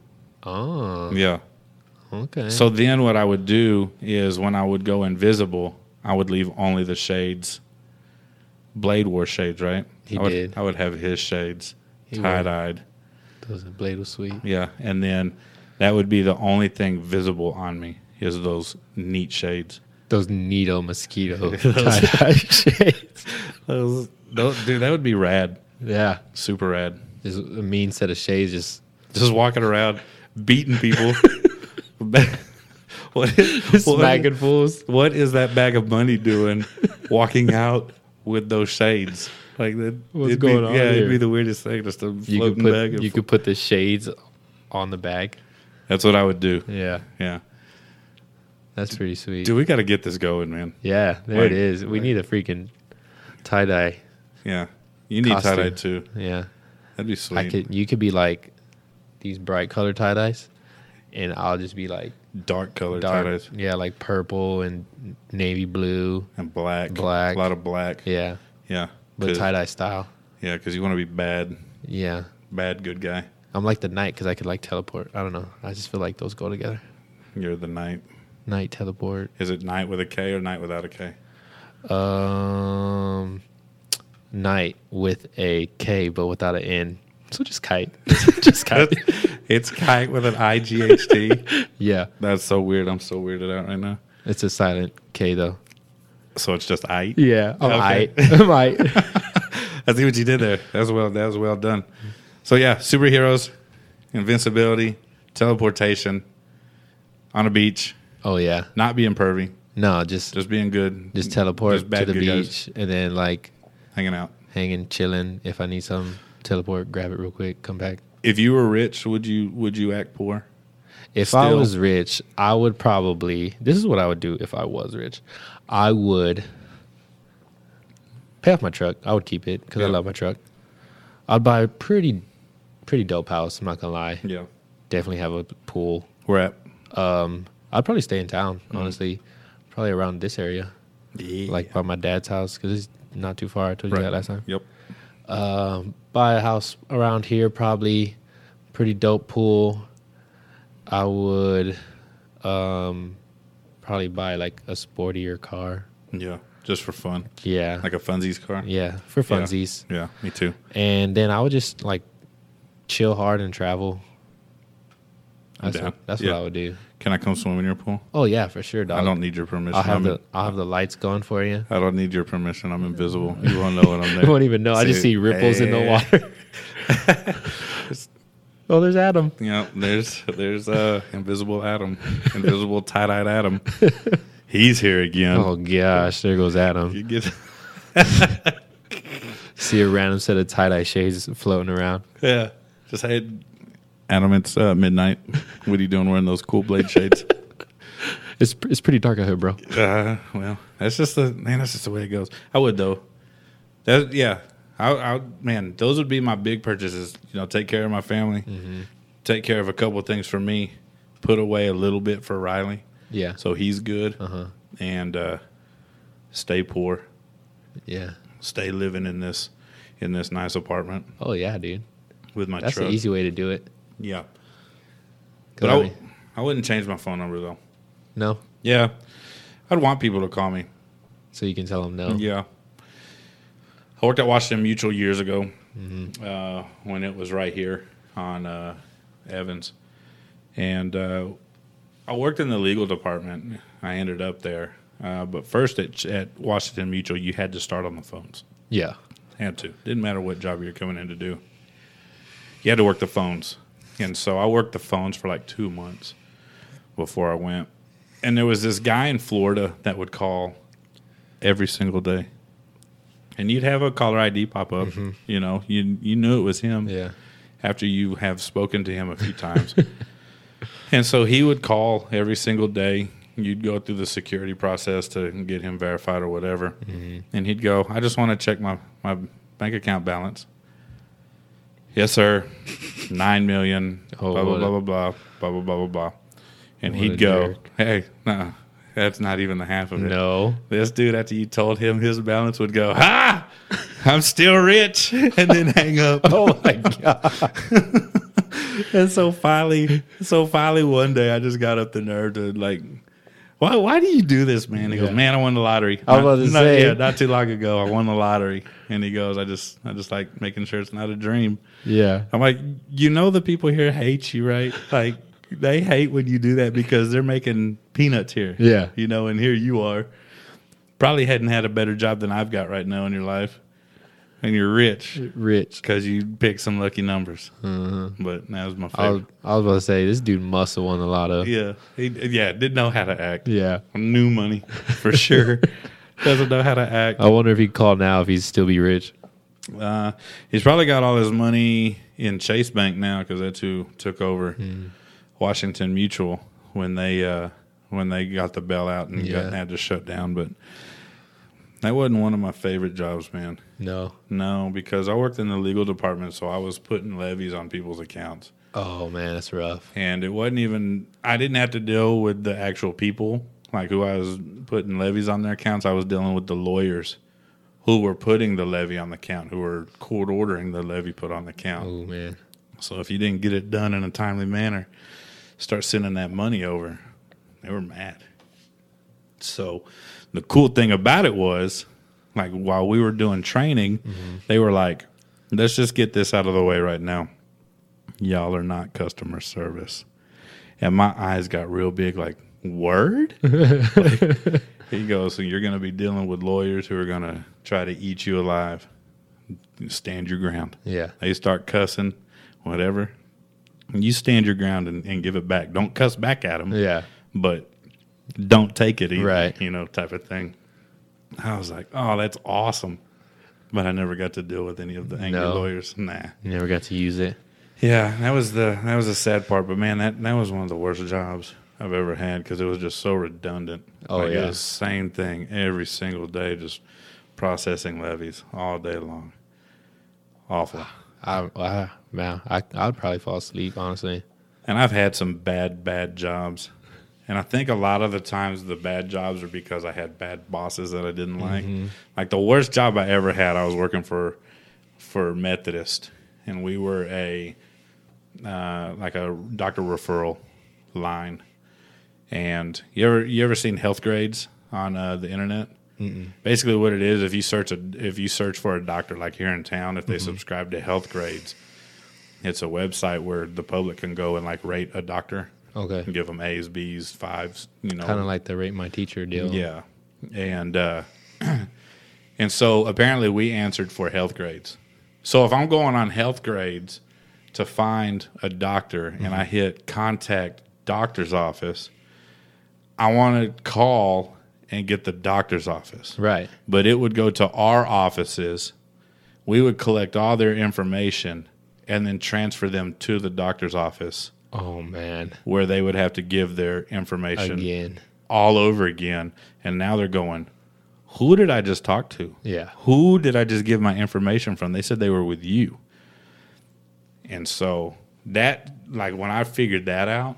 S2: Oh.
S1: Yeah.
S2: Okay.
S1: So then, what I would do is when I would go invisible, I would leave only the shades Blade wore shades, right?
S2: He
S1: I would,
S2: did.
S1: I would have his shades
S2: He would.
S1: tie dyed.
S2: Those blade was sweet.
S1: Yeah, and then that would be the only thing visible on me is those neat shades.
S2: Those needle mosquito
S1: Those-
S2: tie-dye shades.
S1: Those, those, dude, that would be rad,
S2: Yeah,
S1: super rad.
S2: just a mean set of shades. Just
S1: Just walking around beating people. what, is,
S2: smacking
S1: what,
S2: fools.
S1: what is that bag of money doing? Walking out with those shades, like that.
S2: What's
S1: it'd
S2: going
S1: be,
S2: on
S1: Yeah, it'd
S2: here?
S1: be the weirdest thing. Just a floating
S2: You could put
S1: bag. Of,
S2: you could put the shades on the bag.
S1: that's what I would do.
S2: Yeah,
S1: Yeah,
S2: that's pretty sweet.
S1: dude, we got to get this going, man.
S2: yeah, there
S1: Like-
S2: it is. We need a freaking tie dye.
S1: Yeah, you need tie
S2: Costume.
S1: dye too.
S2: Yeah,
S1: That'd be sweet.
S2: I could. You could be like these bright color tie dyes, and I'll just be like
S1: dark color tie
S2: dark.
S1: dyes
S2: Yeah, like purple and navy blue.
S1: and black,
S2: Black.
S1: a lot of black. Yeah,
S2: Yeah,
S1: yeah,
S2: but tie dye style.
S1: yeah, because you want to be bad,
S2: Yeah,
S1: bad good guy.
S2: I'm like the knight because I could like teleport. I don't know. I just feel like those go together.
S1: You're the knight.
S2: Knight teleport.
S1: Is it knight with a K or knight without a K?
S2: Um, knight with a K but without an N. So just kite. just kite.
S1: it's kite with an I G H T.
S2: yeah,
S1: That's so weird. I'm so weirded out right now.
S2: it's a silent K though.
S1: So it's just I.
S2: Yeah, I'm
S1: Okay.
S2: ite. I'm ite.
S1: I see what you did there. That's well. That was well done. So yeah, superheroes, invincibility, teleportation, on a beach,
S2: Oh yeah.
S1: not being pervy,
S2: No, just just,
S1: just being good,
S2: teleport
S1: just
S2: to
S1: bad
S2: the
S1: good guys.
S2: beach and then like
S1: hanging out.
S2: hanging, chilling. If I need some, teleport, grab it real quick, come back.
S1: If you were rich, would you would you act poor?
S2: If I
S1: Still.
S2: was rich, I would probably. This is what I would do if I was rich. I would pay off my truck. I would keep it because I
S1: Yeah.
S2: love my truck. I'd buy a pretty, pretty dope house. I'm not gonna lie.
S1: Yeah.
S2: Definitely have a pool.
S1: We're at
S2: I'd probably stay in town, honestly. Probably around this area, like
S1: like
S2: by my dad's house, because it's not too far. I told you
S1: Right.
S2: that last time.
S1: yep.
S2: buy a house around here, probably pretty dope pool. I would um probably buy like a sportier car.
S1: Yeah. Just for fun.
S2: Yeah.
S1: Like a funsies car.
S2: yeah, for
S1: Yeah.
S2: funsies.
S1: Yeah, me too.
S2: And then I would just like chill hard and travel.
S1: I'm
S2: That's,
S1: down.
S2: what, that's
S1: Yeah.
S2: what I would do.
S1: Can I come swim in your pool?
S2: Oh yeah, for sure, dog.
S1: I don't need your permission.
S2: I'll have
S1: I'm-
S2: the I'll have the lights going for you.
S1: I don't need your permission. I'm invisible. You won't know when I'm there.
S2: You won't even know. I just
S1: Say,
S2: see ripples in the
S1: "Hey."
S2: water. oh, there's Adam.
S1: Yeah, there's there's uh invisible Adam, invisible tie dyed Adam. He's here again.
S2: Oh gosh, there goes Adam.
S1: You get
S2: See a random set of tie dye shades floating around.
S1: yeah. Just hey, Adam. It's uh, midnight. What are you doing wearing those cool blade shades?
S2: It's it's pretty dark out here, bro.
S1: Uh, well, that's just the man. That's just the way it goes. I would though. That yeah. I, I man, those would be my big purchases. You know, take care of my family,
S2: Mm-hmm.
S1: take care of a couple things for me, put away a little bit for Riley,
S2: Yeah.
S1: so he's good,
S2: Uh huh.
S1: and uh, stay poor,
S2: Yeah.
S1: stay living in this in this nice apartment
S2: Oh yeah, dude.
S1: with my
S2: That's
S1: truck.
S2: the easy way to do it. 'Cause
S1: Yeah, but I,
S2: I
S1: w-
S2: mean,
S1: I wouldn't change my phone number though.
S2: no.
S1: Yeah, I'd want people to call me.
S2: So you can tell them no.
S1: Yeah. I worked at Washington Mutual years ago uh, when it was right here on uh, Evans. And uh, I worked in the legal department. I ended up there. Uh, but first at, at Washington Mutual, you had to start on the phones.
S2: Yeah.
S1: Had to. Didn't matter what job you were coming in to do. You had to work the phones. And so I worked the phones for like two months before I went. And there was this guy in Florida that would call every single day. And you'd have a caller ID pop up. You know, you you knew it was him
S2: Yeah.
S1: after you have spoken to him a few times. and so he would call every single day. You'd go through the security process to get him verified or whatever.
S2: Mm-hmm.
S1: And he'd go, I just want to check my, my bank account balance. Yes, sir. Nine million.
S2: Oh,
S1: blah, blah,
S2: what a-
S1: blah, blah, blah, blah, blah, blah, blah, blah. And
S2: What a
S1: he'd go,
S2: jerk.
S1: Hey, no, that's not even the half of it.
S2: No.
S1: This dude, after you told him his balance, would go, Ha! I'm still rich. And then hang up.
S2: Oh my god.
S1: And so finally, so finally, one day I just got up the nerve to like, Why, why do you do this, man? He goes,
S2: Yeah.
S1: man, I won the lottery.
S2: I was about to
S1: Not- not-
S2: say.
S1: yeah, not too long ago, I won the lottery. And he goes, I just, I just like making sure it's not a dream.
S2: Yeah.
S1: I'm like, you know, the people here hate you, right? Like, they hate when you do that because they're making peanuts here.
S2: Yeah.
S1: You know, and here you are. Probably hadn't had a better job than I've got right now in your life. And you're rich
S2: Rich.
S1: because you picked some lucky numbers. But that was my
S2: Mm-hmm. I was,
S1: favorite.
S2: I was about to say this dude must have won a lot of.
S1: yeah. He, yeah. Didn't know how to act.
S2: Yeah.
S1: New money for sure. Doesn't know how to act.
S2: I wonder if he'd call now if he'd still be rich.
S1: Uh, he's probably got all his money in Chase Bank now because that's who took over
S2: Mm.
S1: Washington Mutual when they uh, when they got the bailout and
S2: Yeah.
S1: got, had to shut down. But that wasn't one of my favorite jobs, man.
S2: No.
S1: No, because I worked in the legal department, so I was putting levies on people's accounts,
S2: Oh man, that's rough.
S1: and it wasn't even. I didn't have to deal with the actual people like who I was putting levies on their accounts. I was dealing with the lawyers. Who were putting the levy on the count? Who were court ordering the levy put on the count?
S2: Oh man.
S1: So if you didn't get it done in a timely manner, start sending that money over. They were mad. So the cool thing about it was, like while we were doing training, they were like, "Let's just get this out of the way right now. Y'all are not customer service." And my eyes got real big, like, "Word." Like, he goes, "So you're going to be dealing with lawyers who are going to try to eat you alive. Stand your ground."
S2: Yeah.
S1: They start cussing, whatever. You stand your ground and, and give it back. Don't cuss back at them,
S2: Yeah.
S1: but don't take it either,
S2: Right.
S1: you know, type of thing. I was like, oh, that's awesome. But I never got to deal with any of the angry
S2: No.
S1: lawyers. Nah.
S2: You never got to use it.
S1: Yeah, that was the that was the sad part. But man, that that was one of the worst jobs I've ever had because it was just so redundant.
S2: Oh,
S1: Like, it
S2: yeah.
S1: was same thing every single day, just processing levies all day long. Awful.
S2: I, I man, I I'd probably fall asleep honestly.
S1: And I've had some bad, bad jobs. And I think a lot of the times the bad jobs are because I had bad bosses that I didn't like. Like the worst job I ever had, I was working for for Methodist, and we were a uh, like a doctor referral line. And you ever you ever seen health grades on uh, the internet? Basically, what it is if you search a if you search for a doctor like here in town, if they subscribe to health grades, it's a website where the public can go and like rate a doctor and
S2: Okay.
S1: give them A's, B's, fives, you know,
S2: Kind of like the rate my teacher deal.
S1: yeah, and uh, and so apparently we answered for health grades. So if I'm going on health grades to find a doctor and I hit contact doctor's office, I want to call and get the doctor's office
S2: Right.
S1: but it would go to our offices. We would collect all their information and then transfer them to the doctor's office
S2: Oh man.
S1: where they would have to give their information
S2: Again.
S1: all over again. And now they're going, Who did I just talk to?
S2: Yeah.
S1: Who did I just give my information from? They said they were with you. And so that, like, when I figured that out,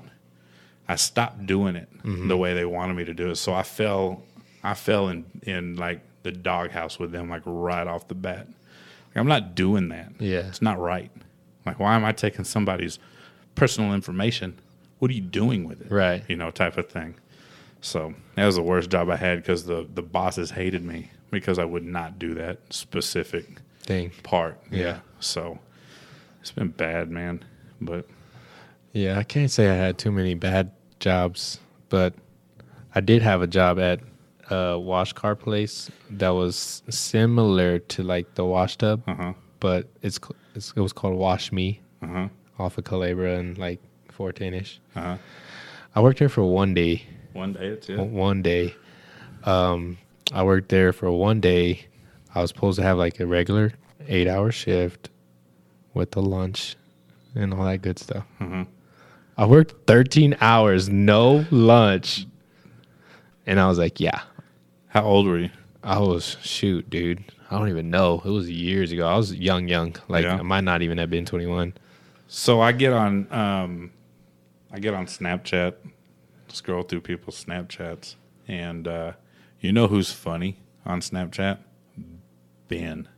S1: I stopped doing it the way they wanted me to do it. So I fell, I fell in, in like the doghouse with them, like right off the bat. Like, I'm not doing that.
S2: Yeah.
S1: It's not right. Like, why am I taking somebody's personal information? What are you doing with it?
S2: Right.
S1: You know, type of thing. So that was the worst job I had because the, the bosses hated me because I would not do that specific
S2: Thing.
S1: part.
S2: Yeah.
S1: So it's been bad, man. But
S2: Yeah, I can't say I had too many bad jobs, but I did have a job at a wash car place that was similar to like the wash tub,
S1: uh-huh.
S2: but it's, c- it's it was called Wash Me
S1: Uh-huh.
S2: off of Calabria and like 410 ish.
S1: Uh-huh.
S2: I worked there for one day.
S1: One day it's it.
S2: One day, um, I worked there for one day. I was supposed to have like a regular eight hour shift with the lunch and all that good stuff.
S1: Mm-hmm.
S2: I worked 13 hours, no lunch. And I was like, yeah,
S1: How old were you?
S2: I was, shoot, dude. I don't even know. It was years ago. I was young, young. Like,
S1: Yeah.
S2: I might not even have been 21.
S1: So I get on um I get on Snapchat, scroll through people's Snapchats, and uh you know who's funny on Snapchat? Ben.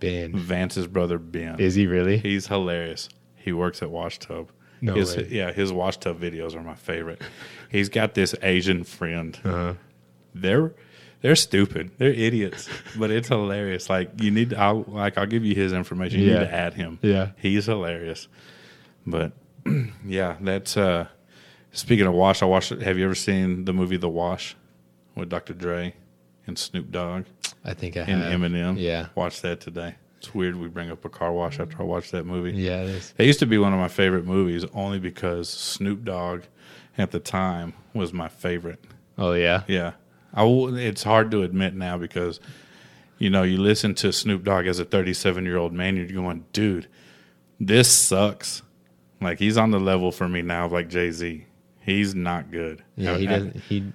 S2: Ben.
S1: Hmm. Vance's brother Ben.
S2: Is he really?
S1: He's hilarious. He works at Wash Tub.
S2: No
S1: his,
S2: way.
S1: Yeah, his wash tub videos are my favorite. He's got this Asian friend.
S2: Uh-huh.
S1: They're they're stupid. They're idiots, but it's hilarious. Like you need, to, I'll like I'll give you his information. You
S2: Yeah.
S1: need to add him.
S2: Yeah.
S1: he's hilarious. But yeah, that's uh speaking of Wash. I watched. Have you ever seen the movie The Wash with Dr. Dre and Snoop Dogg?
S2: I think I
S1: and
S2: have.
S1: Eminem.
S2: Yeah.
S1: watched that today. It's weird we bring up a car wash after I watched that movie.
S2: Yeah, it is.
S1: It used to be one of my favorite movies only because Snoop Dogg at the time was my favorite.
S2: Oh yeah.
S1: Yeah. I w- it's hard to admit now because you know, you listen to Snoop Dogg as a 37-year-old man, you're going, "Dude, this sucks." Like he's on the level for me now of like Jay-Z. He's not good.
S2: Yeah, he
S1: I- I-
S2: doesn't. He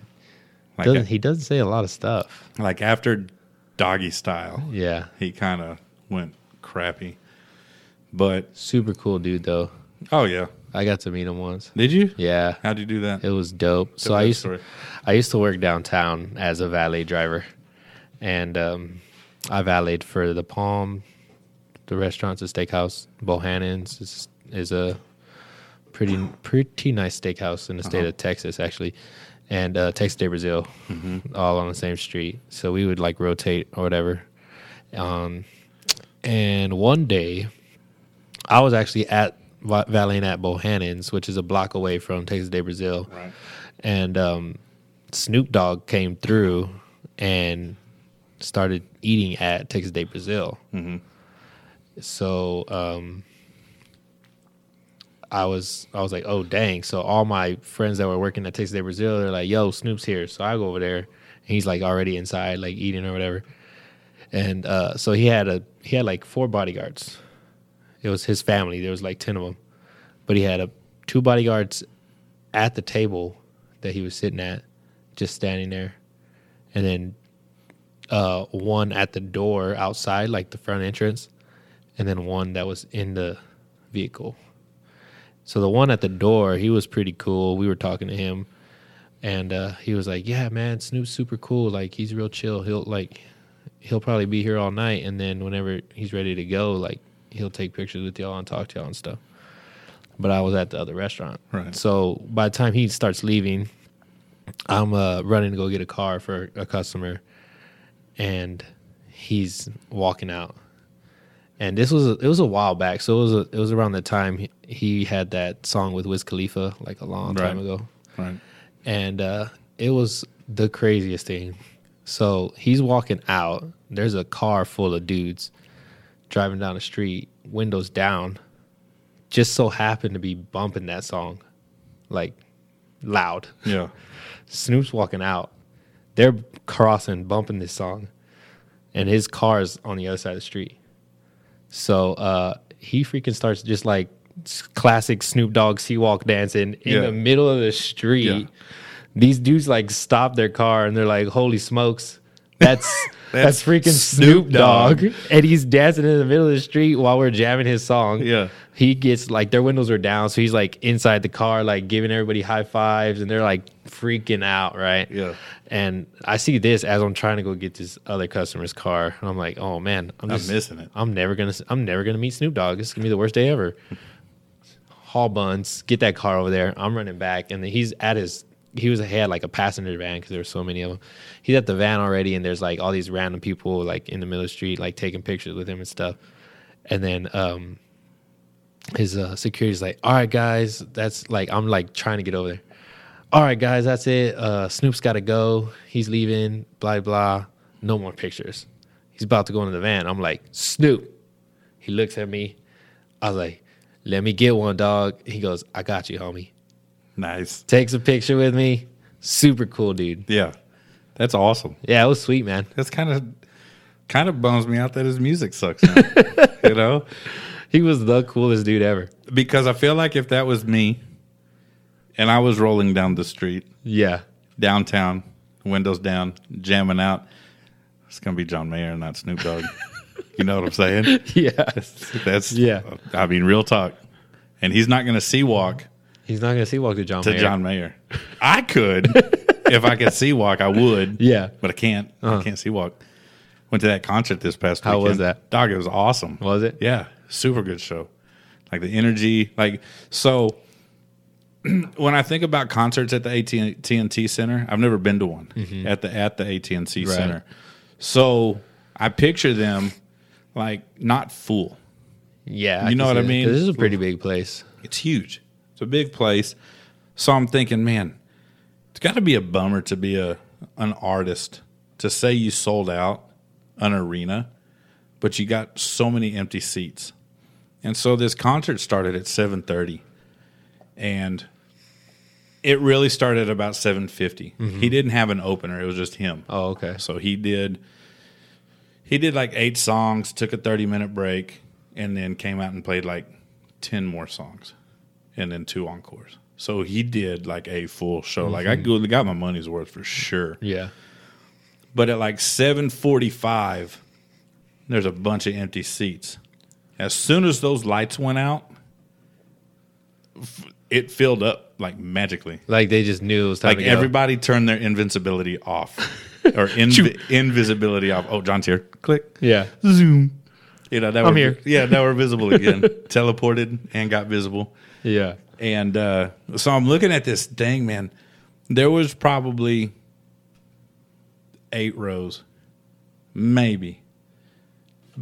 S1: like,
S2: doesn't. He doesn't say a lot of stuff.
S1: like after Doggy Style
S2: Yeah.
S1: he kind of went crappy. But
S2: Super cool dude though.
S1: oh yeah,
S2: I got to meet him once.
S1: did you?
S2: Yeah.
S1: How'd you do that?
S2: It was dope. So
S1: Tell
S2: I
S1: that
S2: used
S1: story.
S2: I used to work downtown as a valet driver, and um, I valeted for the Palm, the restaurants, the steakhouse, Bohannon's is, is a pretty pretty nice steakhouse in the state of Texas actually, and uh, Texas Day Brazil, all on the same street. So we would like rotate or whatever, um, and one day I was actually at va- valeting at Bohannon's, which is a block away from Texas Day Brazil,
S1: Right.
S2: and um, Snoop Dogg came through and started eating at Texas Day Brazil. So um, I was I was like, oh dang! So all my friends that were working at Texas Day Brazil, they're like, yo, Snoop's here. So I go over there, and he's like already inside, like eating or whatever. And uh, so he had a he had like four bodyguards. It was his family. There was like ten of them, but he had a two bodyguards at the table that he was sitting at, just standing there, and then uh, one at the door outside, like the front entrance, and then one that was in the vehicle. So the one at the door, he was pretty cool. We were talking to him, and uh, he was like, "Yeah, man, Snoop's super cool. Like he's real chill. He'll like he'll probably be here all night, and then whenever he's ready to go, like he'll take pictures with y'all and talk to y'all and stuff." But I was at the other restaurant,
S1: Right.
S2: so by the time he starts leaving, I'm uh, running to go get a car for a customer, and he's walking out. And this was it was a while back, so it was a, it was around the time he, he had that song with Wiz Khalifa, like a long time
S1: Right.
S2: ago
S1: Right.
S2: and uh, it was the craziest thing. So he's walking out. There's a car full of dudes driving down the street, windows down. Just so happened to be bumping that song, like loud.
S1: Yeah.
S2: Snoop's walking out. They're crossing, bumping this song, and his car's on the other side of the street. So uh, he freaking starts just like s- classic Snoop Dogg sea walk dancing in
S1: Yeah.
S2: the middle of the street.
S1: Yeah.
S2: These dudes like stop their car and they're like, "Holy smokes, that's
S1: That's
S2: that's, freaking Snoop,
S1: Snoop
S2: Dogg!"
S1: Dogg.
S2: And he's dancing in the middle of the street while we're jamming his song
S1: Yeah.
S2: he gets like their windows are down, so he's like inside the car, like giving everybody high fives, and they're like freaking out, right?
S1: Yeah.
S2: And I see this as I'm trying to go get this other customer's car, and I'm like, oh man, I'm,
S1: I'm
S2: just-
S1: missing it.
S2: I'm never gonna, I'm never gonna meet Snoop Dogg. This is gonna be the worst day ever. Haul buns, get that car over there. I'm running back, and then he's at his. He was he had like a passenger van because there were so many of them. He's at the van already, and there's like all these random people like in the middle of the street, like taking pictures with him and stuff. And then um, his uh, security's like, all right, guys, that's like, I'm like trying to get over there. All right, guys, that's it. Uh, Snoop's got to go. He's leaving, blah, blah. No more pictures. He's about to go into the van. I'm like, Snoop. He looks at me. I was like, let me get one, dog. He goes, I got you, homie.
S1: Nice.
S2: Takes a picture with me. Super cool, dude.
S1: Yeah. That's awesome.
S2: Yeah, it was sweet, man.
S1: That's kind of kind of bums me out that his music sucks now. you know?
S2: He was the coolest dude ever.
S1: Because I feel like if that was me and I was rolling down the street,
S2: Yeah.
S1: downtown, windows down, jamming out, it's going to be John Mayer and not Snoop Dogg. you know what I'm saying?
S2: Yeah.
S1: That's
S2: Yeah.
S1: I mean, real talk. And he's not going to see walk
S2: He's not going to see walk to John
S1: to
S2: Mayer.
S1: John Mayer. I could if I could see walk, I would.
S2: Yeah. Uh-huh.
S1: but I can't. I can't see walk. Went to that concert this past.
S2: How was
S1: weekend.
S2: that?
S1: Dog, it was awesome.
S2: Was it?
S1: Yeah, super good show. Like the energy, like so. when I think about concerts at the AT and T Center, I've never been to one at the at the AT and T
S2: Mm-hmm. Right.
S1: Center. So I picture them like not full.
S2: Yeah,
S1: You know
S2: can
S1: what I
S2: see that.
S1: mean?
S2: 'Cause This is a pretty big place.
S1: It's huge. It's a big place. So I'm thinking, man, it's got to be a bummer to be a an artist to say you sold out an arena, but you got so many empty seats. And so this concert started at 7:30 and it really started about 7:50. He didn't have an opener, it was just him.
S2: Oh, okay.
S1: So he did he did like eight songs, took a 30 minute break, and then came out and played like 10 more songs and then two encores. So he did like a full show. Like I go- got my money's worth for sure.
S2: Yeah.
S1: But at like 7:45 there's a bunch of empty seats. As soon as those lights went out, f- it filled up like magically.
S2: Like they just knew it was time
S1: Like
S2: to go.
S1: everybody turned their invincibility off or inv- invisibility off. Oh, John's here. Click.
S2: Yeah.
S1: Zoom. You know, now
S2: I'm
S1: we're-
S2: here.
S1: Yeah, now we're visible again. Teleported and got visible.
S2: Yeah.
S1: And uh, so I'm looking at this thing, man. There was probably eight rows, maybe,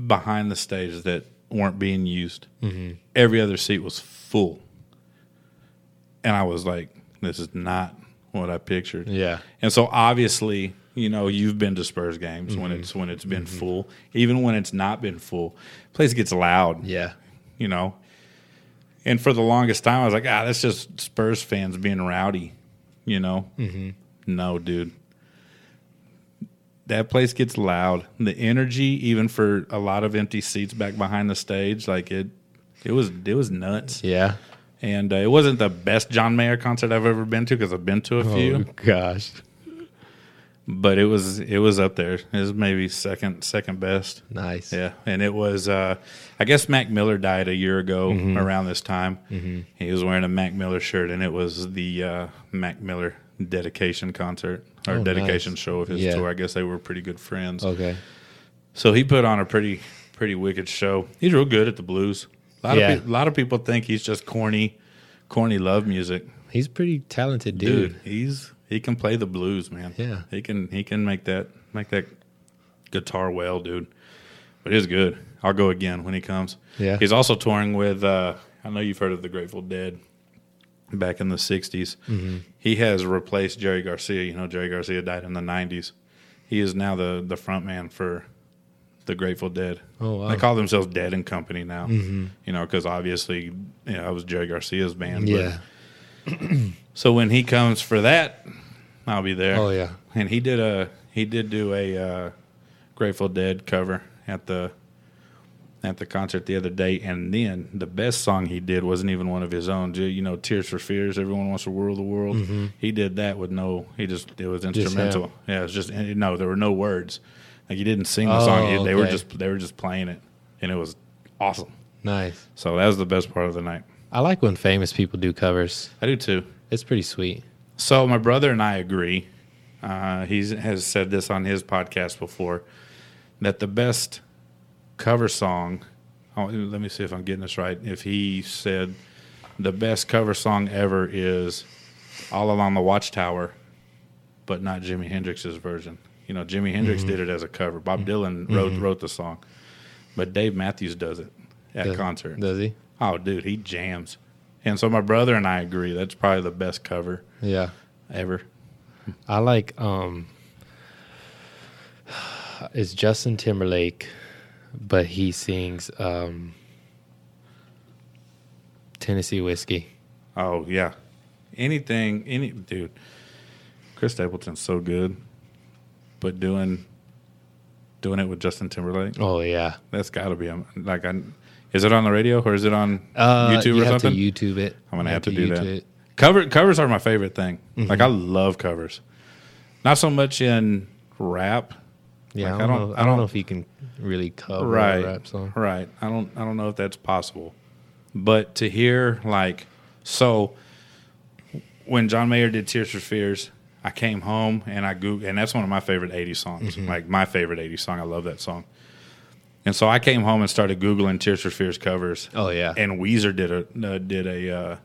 S1: behind the stage that weren't being used.
S2: Mm-hmm.
S1: Every other seat was full. And I was like, this is not what I pictured.
S2: Yeah.
S1: And so obviously, you know, you've been to Spurs games
S2: Mm-hmm.
S1: when it's when it's been full, even when it's not been full. Place gets loud
S2: Yeah.
S1: you know. And for the longest time, I was like, ah, that's just Spurs fans being rowdy, you know. Mm-hmm. No, dude, that place gets loud. The energy, even for a lot of empty seats back behind the stage, like it, it was it was nuts.
S2: Yeah.
S1: And uh, it wasn't the best John Mayer concert I've ever been to because I've been to a
S2: Oh
S1: few,
S2: gosh.
S1: but it was it was up there. It was maybe second second best.
S2: Nice.
S1: Yeah, and it was. Uh, I guess Mac Miller died a year ago
S2: Mm-hmm.
S1: around this time. He was wearing a Mac Miller shirt, and it was the uh, Mac Miller dedication concert or
S2: Oh,
S1: dedication
S2: nice.
S1: show of his
S2: Yeah. Oh.
S1: tour. I guess they were pretty good friends.
S2: Okay.
S1: So he put on a pretty, pretty wicked show. He's real good at the blues. A lot
S2: Yeah.
S1: of pe- a lot of people think he's just corny, corny love music.
S2: He's a pretty talented
S1: Dude,
S2: dude.
S1: he's he can play the blues, man.
S2: Yeah.
S1: he can he can make that make that guitar well, dude. But he's good. I'll go again when he comes.
S2: Yeah.
S1: he's also touring with. Uh, I know you've heard of the Grateful Dead. Back in the '60s,
S2: Mm-hmm.
S1: he has replaced Jerry Garcia. You know, Jerry Garcia died in the '90s. He is now the the front man for the Grateful Dead.
S2: Oh, wow. Mm-hmm.
S1: They call themselves Dead and Company now. You know, because obviously, you know, it was Jerry Garcia's band. but-
S2: Yeah.
S1: so when he comes for that, I'll be there.
S2: Oh yeah.
S1: And he did a he did do a uh, Grateful Dead cover at the at the concert the other day, and then the best song he did wasn't even one of his own. Ju- You know, Tears for Fears. Everyone wants to rule the world. He did that with no. He just it was
S2: Mm-hmm. him.
S1: instrumental. yeah, it was just and, no. There were no words. Like he didn't sing the
S2: Oh,
S1: song. He- They were
S2: okay.
S1: just they were just playing it, and it was awesome.
S2: Nice.
S1: So that was the best part of the night.
S2: I like when famous people do covers.
S1: I do too.
S2: It's pretty sweet.
S1: So my brother and I agree. Uh, he has said this on his podcast before that the best cover song. Oh, let me see if I'm getting this right. If he said the best cover song ever is "All Along the Watchtower," but not Jimi Hendrix's version. You know, Jimi Hendrix did it as a cover. Bob Dylan wrote wrote the song, but Dave Matthews does it at
S2: Does-
S1: concert.
S2: Does he?
S1: oh, dude, he jams. And so my brother and I agree. That's probably the best cover
S2: Yeah.
S1: ever.
S2: I like um it's Justin Timberlake, but he sings um Tennessee whiskey.
S1: Oh yeah, anything, any dude. Chris Stapleton's so good, but doing doing it with Justin Timberlake,
S2: Oh yeah.
S1: that's got to be um, like, I, is it on the radio or is it on
S2: Uh,
S1: YouTube
S2: you
S1: or
S2: have
S1: something?
S2: to YouTube it.
S1: I'm gonna
S2: You
S1: have to do that.
S2: YouTube it.
S1: Cover covers are my favorite thing. Like
S2: Mm-hmm.
S1: I love covers, not so much in rap,
S2: Yeah,
S1: Like,
S2: I, don't
S1: I don't-
S2: know, I
S1: I
S2: don't know
S1: don't-
S2: if he can really cover
S1: right
S2: a rap song.
S1: right i don't i don't know if that's possible but to hear like so when john mayer did tears for fears i came home and i googled and that's one of my favorite 80 songs like my favorite 80 song i love that song and so i came home and started googling tears for fears covers
S2: Oh yeah,
S1: and weezer did a uh, did a uh,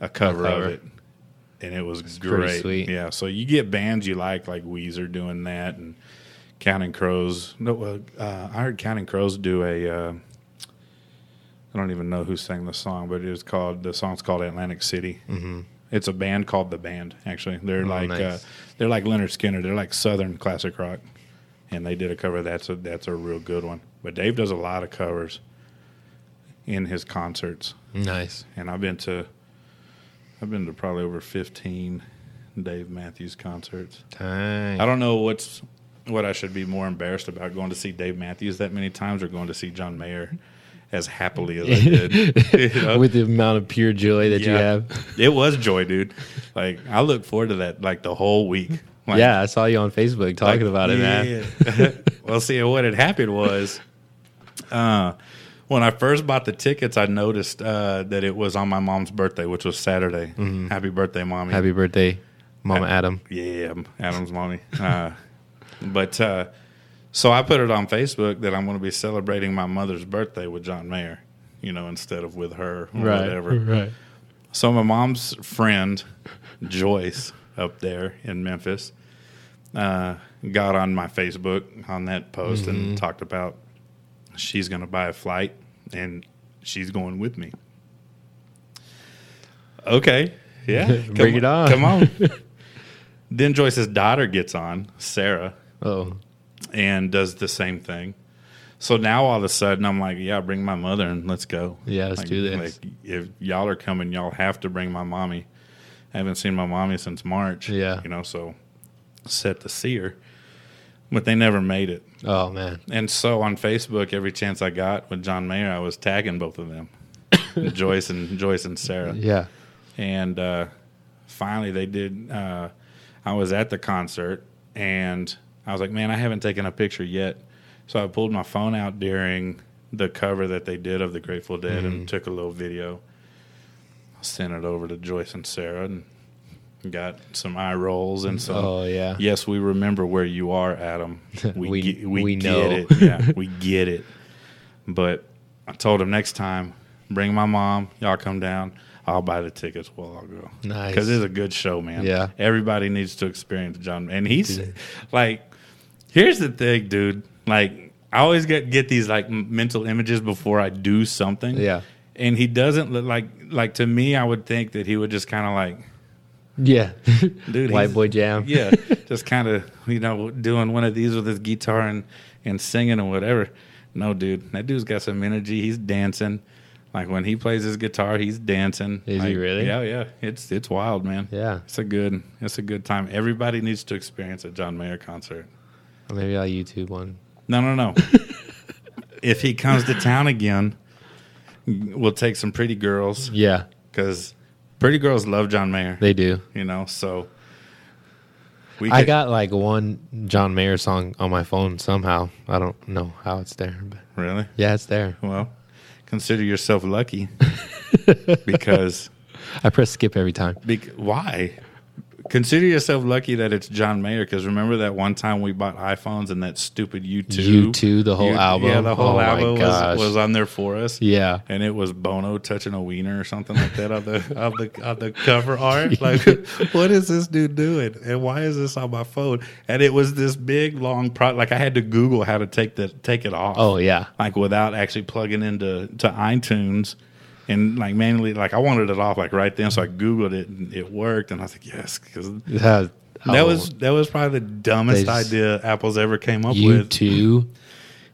S1: a cover,
S2: cover.
S1: of it, and it was
S2: pretty
S1: great.
S2: sweet.
S1: Yeah, so you get bands you like, like Weezer doing that, and Counting Crows. No, uh, uh, I heard Counting Crows do a. Uh, I don't even know who sang the song, but it was called the song's called Atlantic City. Mm-hmm. It's a band called the Band. Actually, they're like uh,
S2: Oh, nice.
S1: they're like Leonard Skinner. They're like Southern classic rock, and they did a cover. That's a that's a real good one. But Dave does a lot of covers in his concerts
S2: Nice.
S1: and I've been to I've been to probably over 15 Dave Matthews concerts.
S2: Dang.
S1: I don't know what's what I should be more embarrassed about going to see Dave Matthews that many times or going to see John Mayer as happily as I did. You know?
S2: With the amount of pure joy that you
S1: Yeah.
S2: have.
S1: It was joy, dude. Like I look forward to that like the whole week. Like,
S2: yeah, I saw you on Facebook talking about it, man.
S1: man. well, see, what had happened was uh, when I first bought the tickets, I noticed uh, that it was on my mom's birthday, which was Saturday. Happy birthday, mommy!
S2: Mm-hmm. Happy birthday, Mama Adam.
S1: yeah, Adam's mommy. Uh, but uh, so I put it on Facebook that I'm going to be celebrating my mother's birthday with John Mayer, you know, instead of with her or whatever.
S2: Right.
S1: So my mom's friend Joyce up there in Memphis uh, got on my Facebook on that post
S2: Mm-hmm.
S1: and talked about she's going to buy a flight and she's going with me. Okay, yeah, come
S2: Bring it on.
S1: Come on. then Joyce's daughter gets on Sarah
S2: Oh,
S1: and does the same thing. So now all of a sudden I'm like, yeah, bring my mother and let's go.
S2: Yeah, let's
S1: Like-
S2: do this.
S1: Like if y'all are coming, y'all have to bring my mommy. I haven't seen my mommy since March.
S2: Yeah.
S1: You know, so set to see her. But they never made it.
S2: oh man.
S1: And so on Facebook, every chance I got with John Mayer, I was tagging both of them. Joyce and Joyce and Sarah
S2: Yeah.
S1: and uh, finally they did. Uh, I was at the concert, and I was like, "Man, I haven't taken a picture yet." So I pulled my phone out during the cover that they did of the Grateful Dead and took a little video. I sent it over to Joyce and Sarah, and got some eye rolls and some.
S2: Oh yeah.
S1: Yes, we remember where you are, Adam. We
S2: We-
S1: ge- we,
S2: we
S1: get
S2: know.
S1: it. Yeah, we get it. But I told him next time, bring my mom. Y'all come down. I'll buy the tickets. Well, I'll go.
S2: Nice.
S1: because it's a good show, man.
S2: Yeah.
S1: everybody needs to experience John. And he's like, here's the thing, dude. Like, I always get get these like m- mental images before I do something.
S2: Yeah.
S1: and he doesn't look like like to me. I would think that he would just kind of like
S2: Yeah.
S1: Dude,
S2: White
S1: he's-
S2: boy jam.
S1: yeah, just kind of you know doing one of these with his guitar and and singing and whatever. No, dude, that dude's got some energy. He's dancing. Like when he plays his guitar, he's dancing.
S2: Is he
S1: Like,
S2: really?
S1: Yeah, yeah. It's it's wild, man.
S2: Yeah.
S1: It's a good it's a good time. Everybody needs to experience a John Mayer concert.
S2: Or maybe I'll YouTube one.
S1: No, no, no. if he comes to town again, we'll take some pretty girls
S2: Yeah,
S1: because pretty girls love John Mayer.
S2: they do.
S1: you know, so we
S2: I
S1: could-
S2: got like one John Mayer song on my phone somehow. I don't know how it's there, but
S1: really.
S2: yeah, it's there.
S1: Well, consider yourself lucky because,
S2: I press skip every time.
S1: bec- why? Consider yourself lucky that it's John Mayer because remember that one time we bought iPhones and that stupid U2
S2: U2, the whole album?
S1: Yeah, the whole
S2: Oh my
S1: album
S2: gosh.
S1: was, was on there for us.
S2: Yeah,
S1: And it was Bono touching a wiener or something like that on the on the on the cover art. Like, what is this dude doing? And why is this on my phone? And it was this big long pro. Like I had to Google how to take the take it off
S2: oh yeah,
S1: like without actually plugging into to iTunes and like manually like I wanted it off like right then so I googled it and it worked and I was like yes cuz
S2: that, oh,
S1: that was that was probably the dumbest
S2: They just-
S1: idea Apple's ever came up
S2: U
S1: with.
S2: two.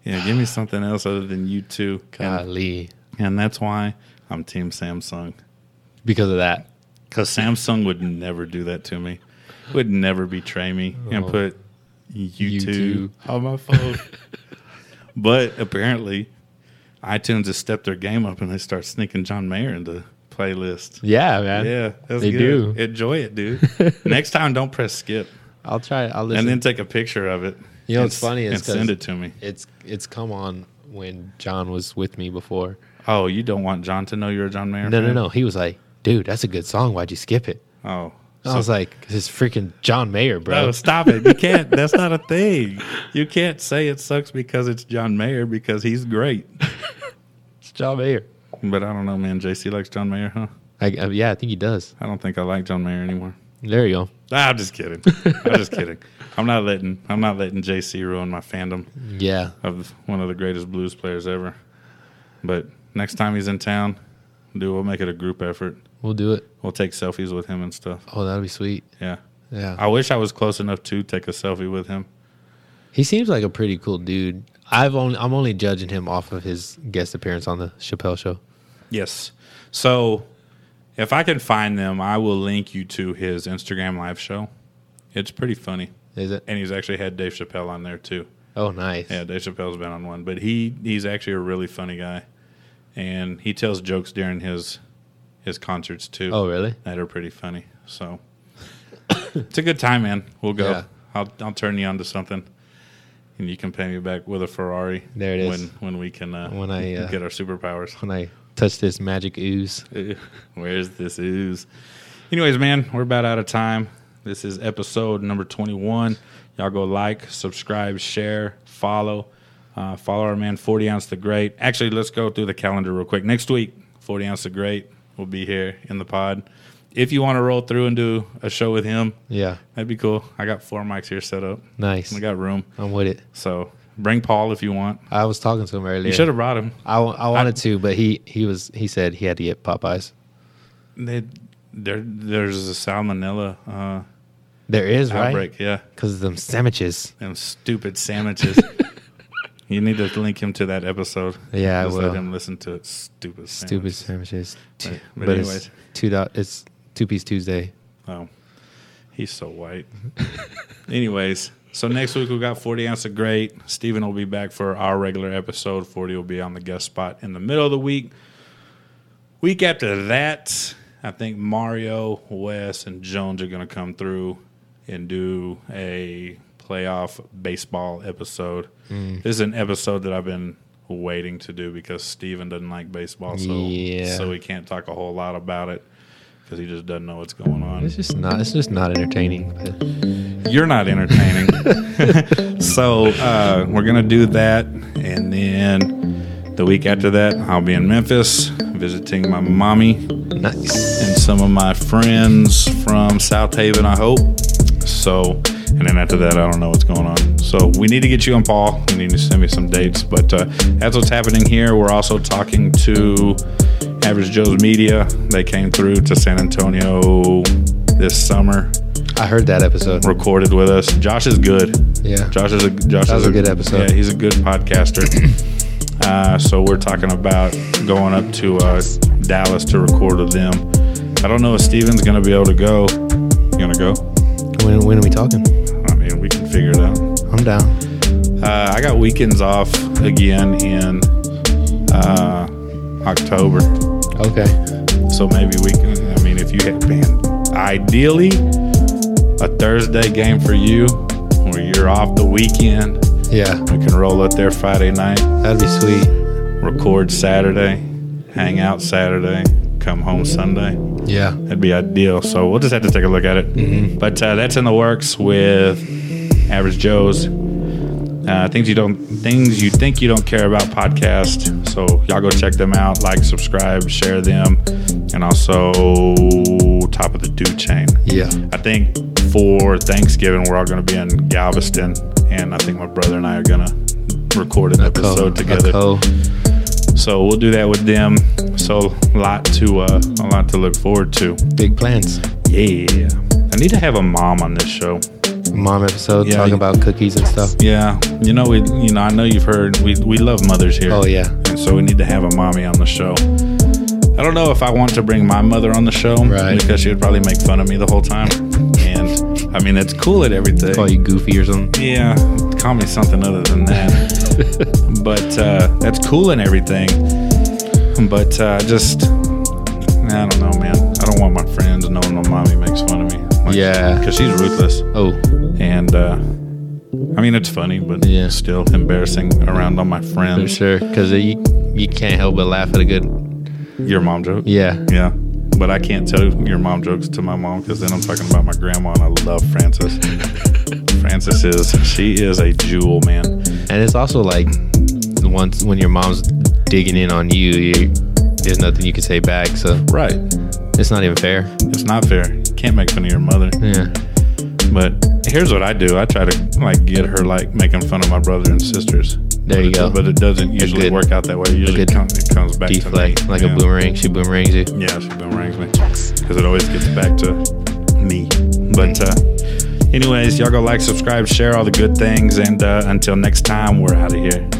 S1: Yeah, give me something else other than U2. And,
S2: Golly,
S1: and that's why I'm team Samsung
S2: because of that.
S1: cuz Samsung would never do that to me. Would never betray me and
S2: Oh.
S1: put U2
S2: U2.
S1: on my phone. But apparently, iTunes has stepped their game up and they start sneaking John Mayer into playlist.
S2: Yeah, man.
S1: Yeah, that's
S2: They
S1: good.
S2: do.
S1: Enjoy it, dude. Next time, don't press skip
S2: I'll try. it. I'll listen.
S1: and then take a picture of it.
S2: You know
S1: and
S2: what's funny
S1: s-
S2: is
S1: and send
S2: 'cause-
S1: it to me.
S2: it's it's come on when John was with me before.
S1: Oh, you don't want John to know you're a John Mayer?
S2: No, no,
S1: fan?
S2: no. He was like, "Dude, that's a good song. Why'd you skip it?"
S1: Oh,
S2: I was like, "This is freaking John Mayer, bro."
S1: No, stop it. You can't. That's not a thing. You can't say it sucks because it's John Mayer because he's great.
S2: it's John Mayer."
S1: But I don't know, man. JC likes John Mayer, huh?
S2: I, I- yeah, I think he does.
S1: I don't think I like John Mayer anymore.
S2: There you go.
S1: Ah, I'm just kidding. I'm just kidding. I'm not letting I'm not letting JC ruin my fandom
S2: Yeah.
S1: of one of the greatest blues players ever. But next time he's in town, dude, we'll make it a group effort.
S2: We'll do it.
S1: We'll take selfies with him and stuff.
S2: Oh, that'll be sweet.
S1: Yeah.
S2: Yeah.
S1: I wish I was close enough to take a selfie with him.
S2: He seems like a pretty cool dude. I've only I'm only judging him off of his guest appearance on the Chappelle show.
S1: Yes. So if I can find them, I will link you to his Instagram live show. It's pretty funny.
S2: Is it?
S1: And he's actually had Dave Chappelle on there too.
S2: Oh, nice.
S1: Yeah, Dave Chappelle's been on one, but he he's actually a really funny guy, and he tells jokes during his his concerts too
S2: Oh, really?
S1: that are pretty funny. So it's a good time, man. We'll go.
S2: Yeah.
S1: I'll I'll turn you on to something, and you can pay me back with a Ferrari.
S2: There it is.
S1: When when we can uh,
S2: When I, uh,
S1: get our superpowers.
S2: When I touch this magic ooze.
S1: Where's this ooze? Anyways, man, we're about out of time. This is episode number 21. Y'all go like, subscribe, share, follow. Uh, follow our man 40 Ounce the Great. Actually, let's go through the calendar real quick. Next week, 40 Ounce the Great will be here in the pod. If you want to roll through and do a show with him,
S2: Yeah.
S1: that'd be cool. I got four mics here set up.
S2: Nice.
S1: We got room.
S2: I'm with it.
S1: So bring Paul if you want.
S2: I was talking to him earlier.
S1: You should have brought him.
S2: I, wa- I wanted to, but he he was he said he had to get Popeyes.
S1: They, there, there's a salmonella uh,
S2: There is right
S1: outbreak. Yeah.
S2: because of them sandwiches.
S1: them stupid sandwiches. you need to link him to that episode.
S2: Yeah, I
S1: Just
S2: will.
S1: Let him listen to it. Stupid.
S2: Stupid
S1: sandwiches.
S2: sandwiches. T-
S1: Right,
S2: But,
S1: but
S2: it's
S1: anyways.
S2: two dot. It's two piece Tuesday.
S1: Oh, he's so white. Anyways, so next week we got forty ounce of great. Steven will be back for our regular episode. Forty will be on the guest spot in the middle of the week. Week after that, I think Mario, Wes, and Jones are going to come through and do a playoff baseball episode. This is an episode that I've been waiting to do because Steven doesn't like baseball, so
S2: Yeah.
S1: so he can't talk a whole lot about it because he just doesn't know what's going on.
S2: It's just not. It's just not entertaining. But
S1: You're not entertaining. so uh, we're gonna do that, and then the week after that, I'll be in Memphis visiting my mommy
S2: nice.
S1: and some of my friends from South Haven, I hope. So, and then after that, I don't know what's going on. So, we need to get you on Paul. You need to send me some dates. But uh, that's what's happening here. We're also talking to Average Joe's Media. They came through to San Antonio this summer,
S2: I heard that episode.
S1: recorded with us. Josh is good.
S2: Yeah.
S1: Josh is a Josh
S2: was
S1: is
S2: a good episode.
S1: Yeah, he's a good podcaster. uh, so we're talking about going up to uh, Dallas to record with them. I don't know if Steven's gonna be able to go. You gonna go?
S2: When when are we talking?
S1: I mean, we can figure it out.
S2: I'm down.
S1: Uh, I got weekends off again in uh, October,
S2: Okay.
S1: so maybe we can. I mean, if you had man, ideally a Thursday game for you, where you're off the weekend,
S2: Yeah,
S1: we can roll up there Friday night.
S2: that'd be sweet.
S1: record Saturday, hang out Saturday, come home Sunday.
S2: Yeah.
S1: That'd be ideal. So we'll just have to take a look at it.
S2: Mm-hmm.
S1: But uh, that's in the works with Average Joe's. Uh, things you don't things you think you don't care about podcast. So y'all go check them out, like, subscribe, share them, and also top of the do chain.
S2: Yeah.
S1: I think for Thanksgiving we're all going to be in Galveston, and I think my brother and I are going to record an
S2: Co-
S1: episode together.
S2: a co.
S1: So we'll do that with them. So a lot to uh, a lot to look forward to.
S2: Big plans.
S1: Yeah, I need to have a mom on this show.
S2: Mom episode
S1: Yeah,
S2: talking
S1: you-
S2: about cookies and stuff.
S1: Yeah, you know we you know I know you've heard we we love mothers here.
S2: Oh yeah.
S1: and so we need to have a mommy on the show. I don't know if I want to bring my mother on the show
S2: Right.
S1: because she would probably make fun of me the whole time. And I mean, it's cool at everything.
S2: Call Oh, you goofy or something.
S1: Oh, Yeah, call me something other than that. but uh, that's cool and everything. But uh, just, I don't know, man. I don't want my friends knowing my mommy makes fun of me.
S2: Yeah.
S1: Because she's ruthless.
S2: Oh.
S1: And, uh, I mean, it's funny, but
S2: Yeah.
S1: still embarrassing around all my
S2: For
S1: friends.
S2: sure, because you you can't help but laugh at a good
S1: Your mom joke?
S2: yeah.
S1: Yeah. But I can't tell your mom jokes to my mom because then I'm talking about my grandma and I love Frances. Frances is, she is a jewel, man.
S2: And it's also like once when your mom's digging in on you, you there's nothing you can say back. So
S1: Right.
S2: It's not even fair.
S1: It's not fair. Can't make fun of your mother.
S2: Yeah.
S1: But here's what I do. I try to like get her like making fun of my brother and sisters.
S2: There you
S1: But it-
S2: go.
S1: But it doesn't usually
S2: good-
S1: work out that way. It usually
S2: good
S1: comes, it comes back
S2: Deflect
S1: to me.
S2: like
S1: Yeah.
S2: a boomerang. She boomerangs you.
S1: Yeah, she boomerangs me because it always gets back to me. But uh, anyways, y'all go like, subscribe, share all the good things, and uh, until next time, we're out of here.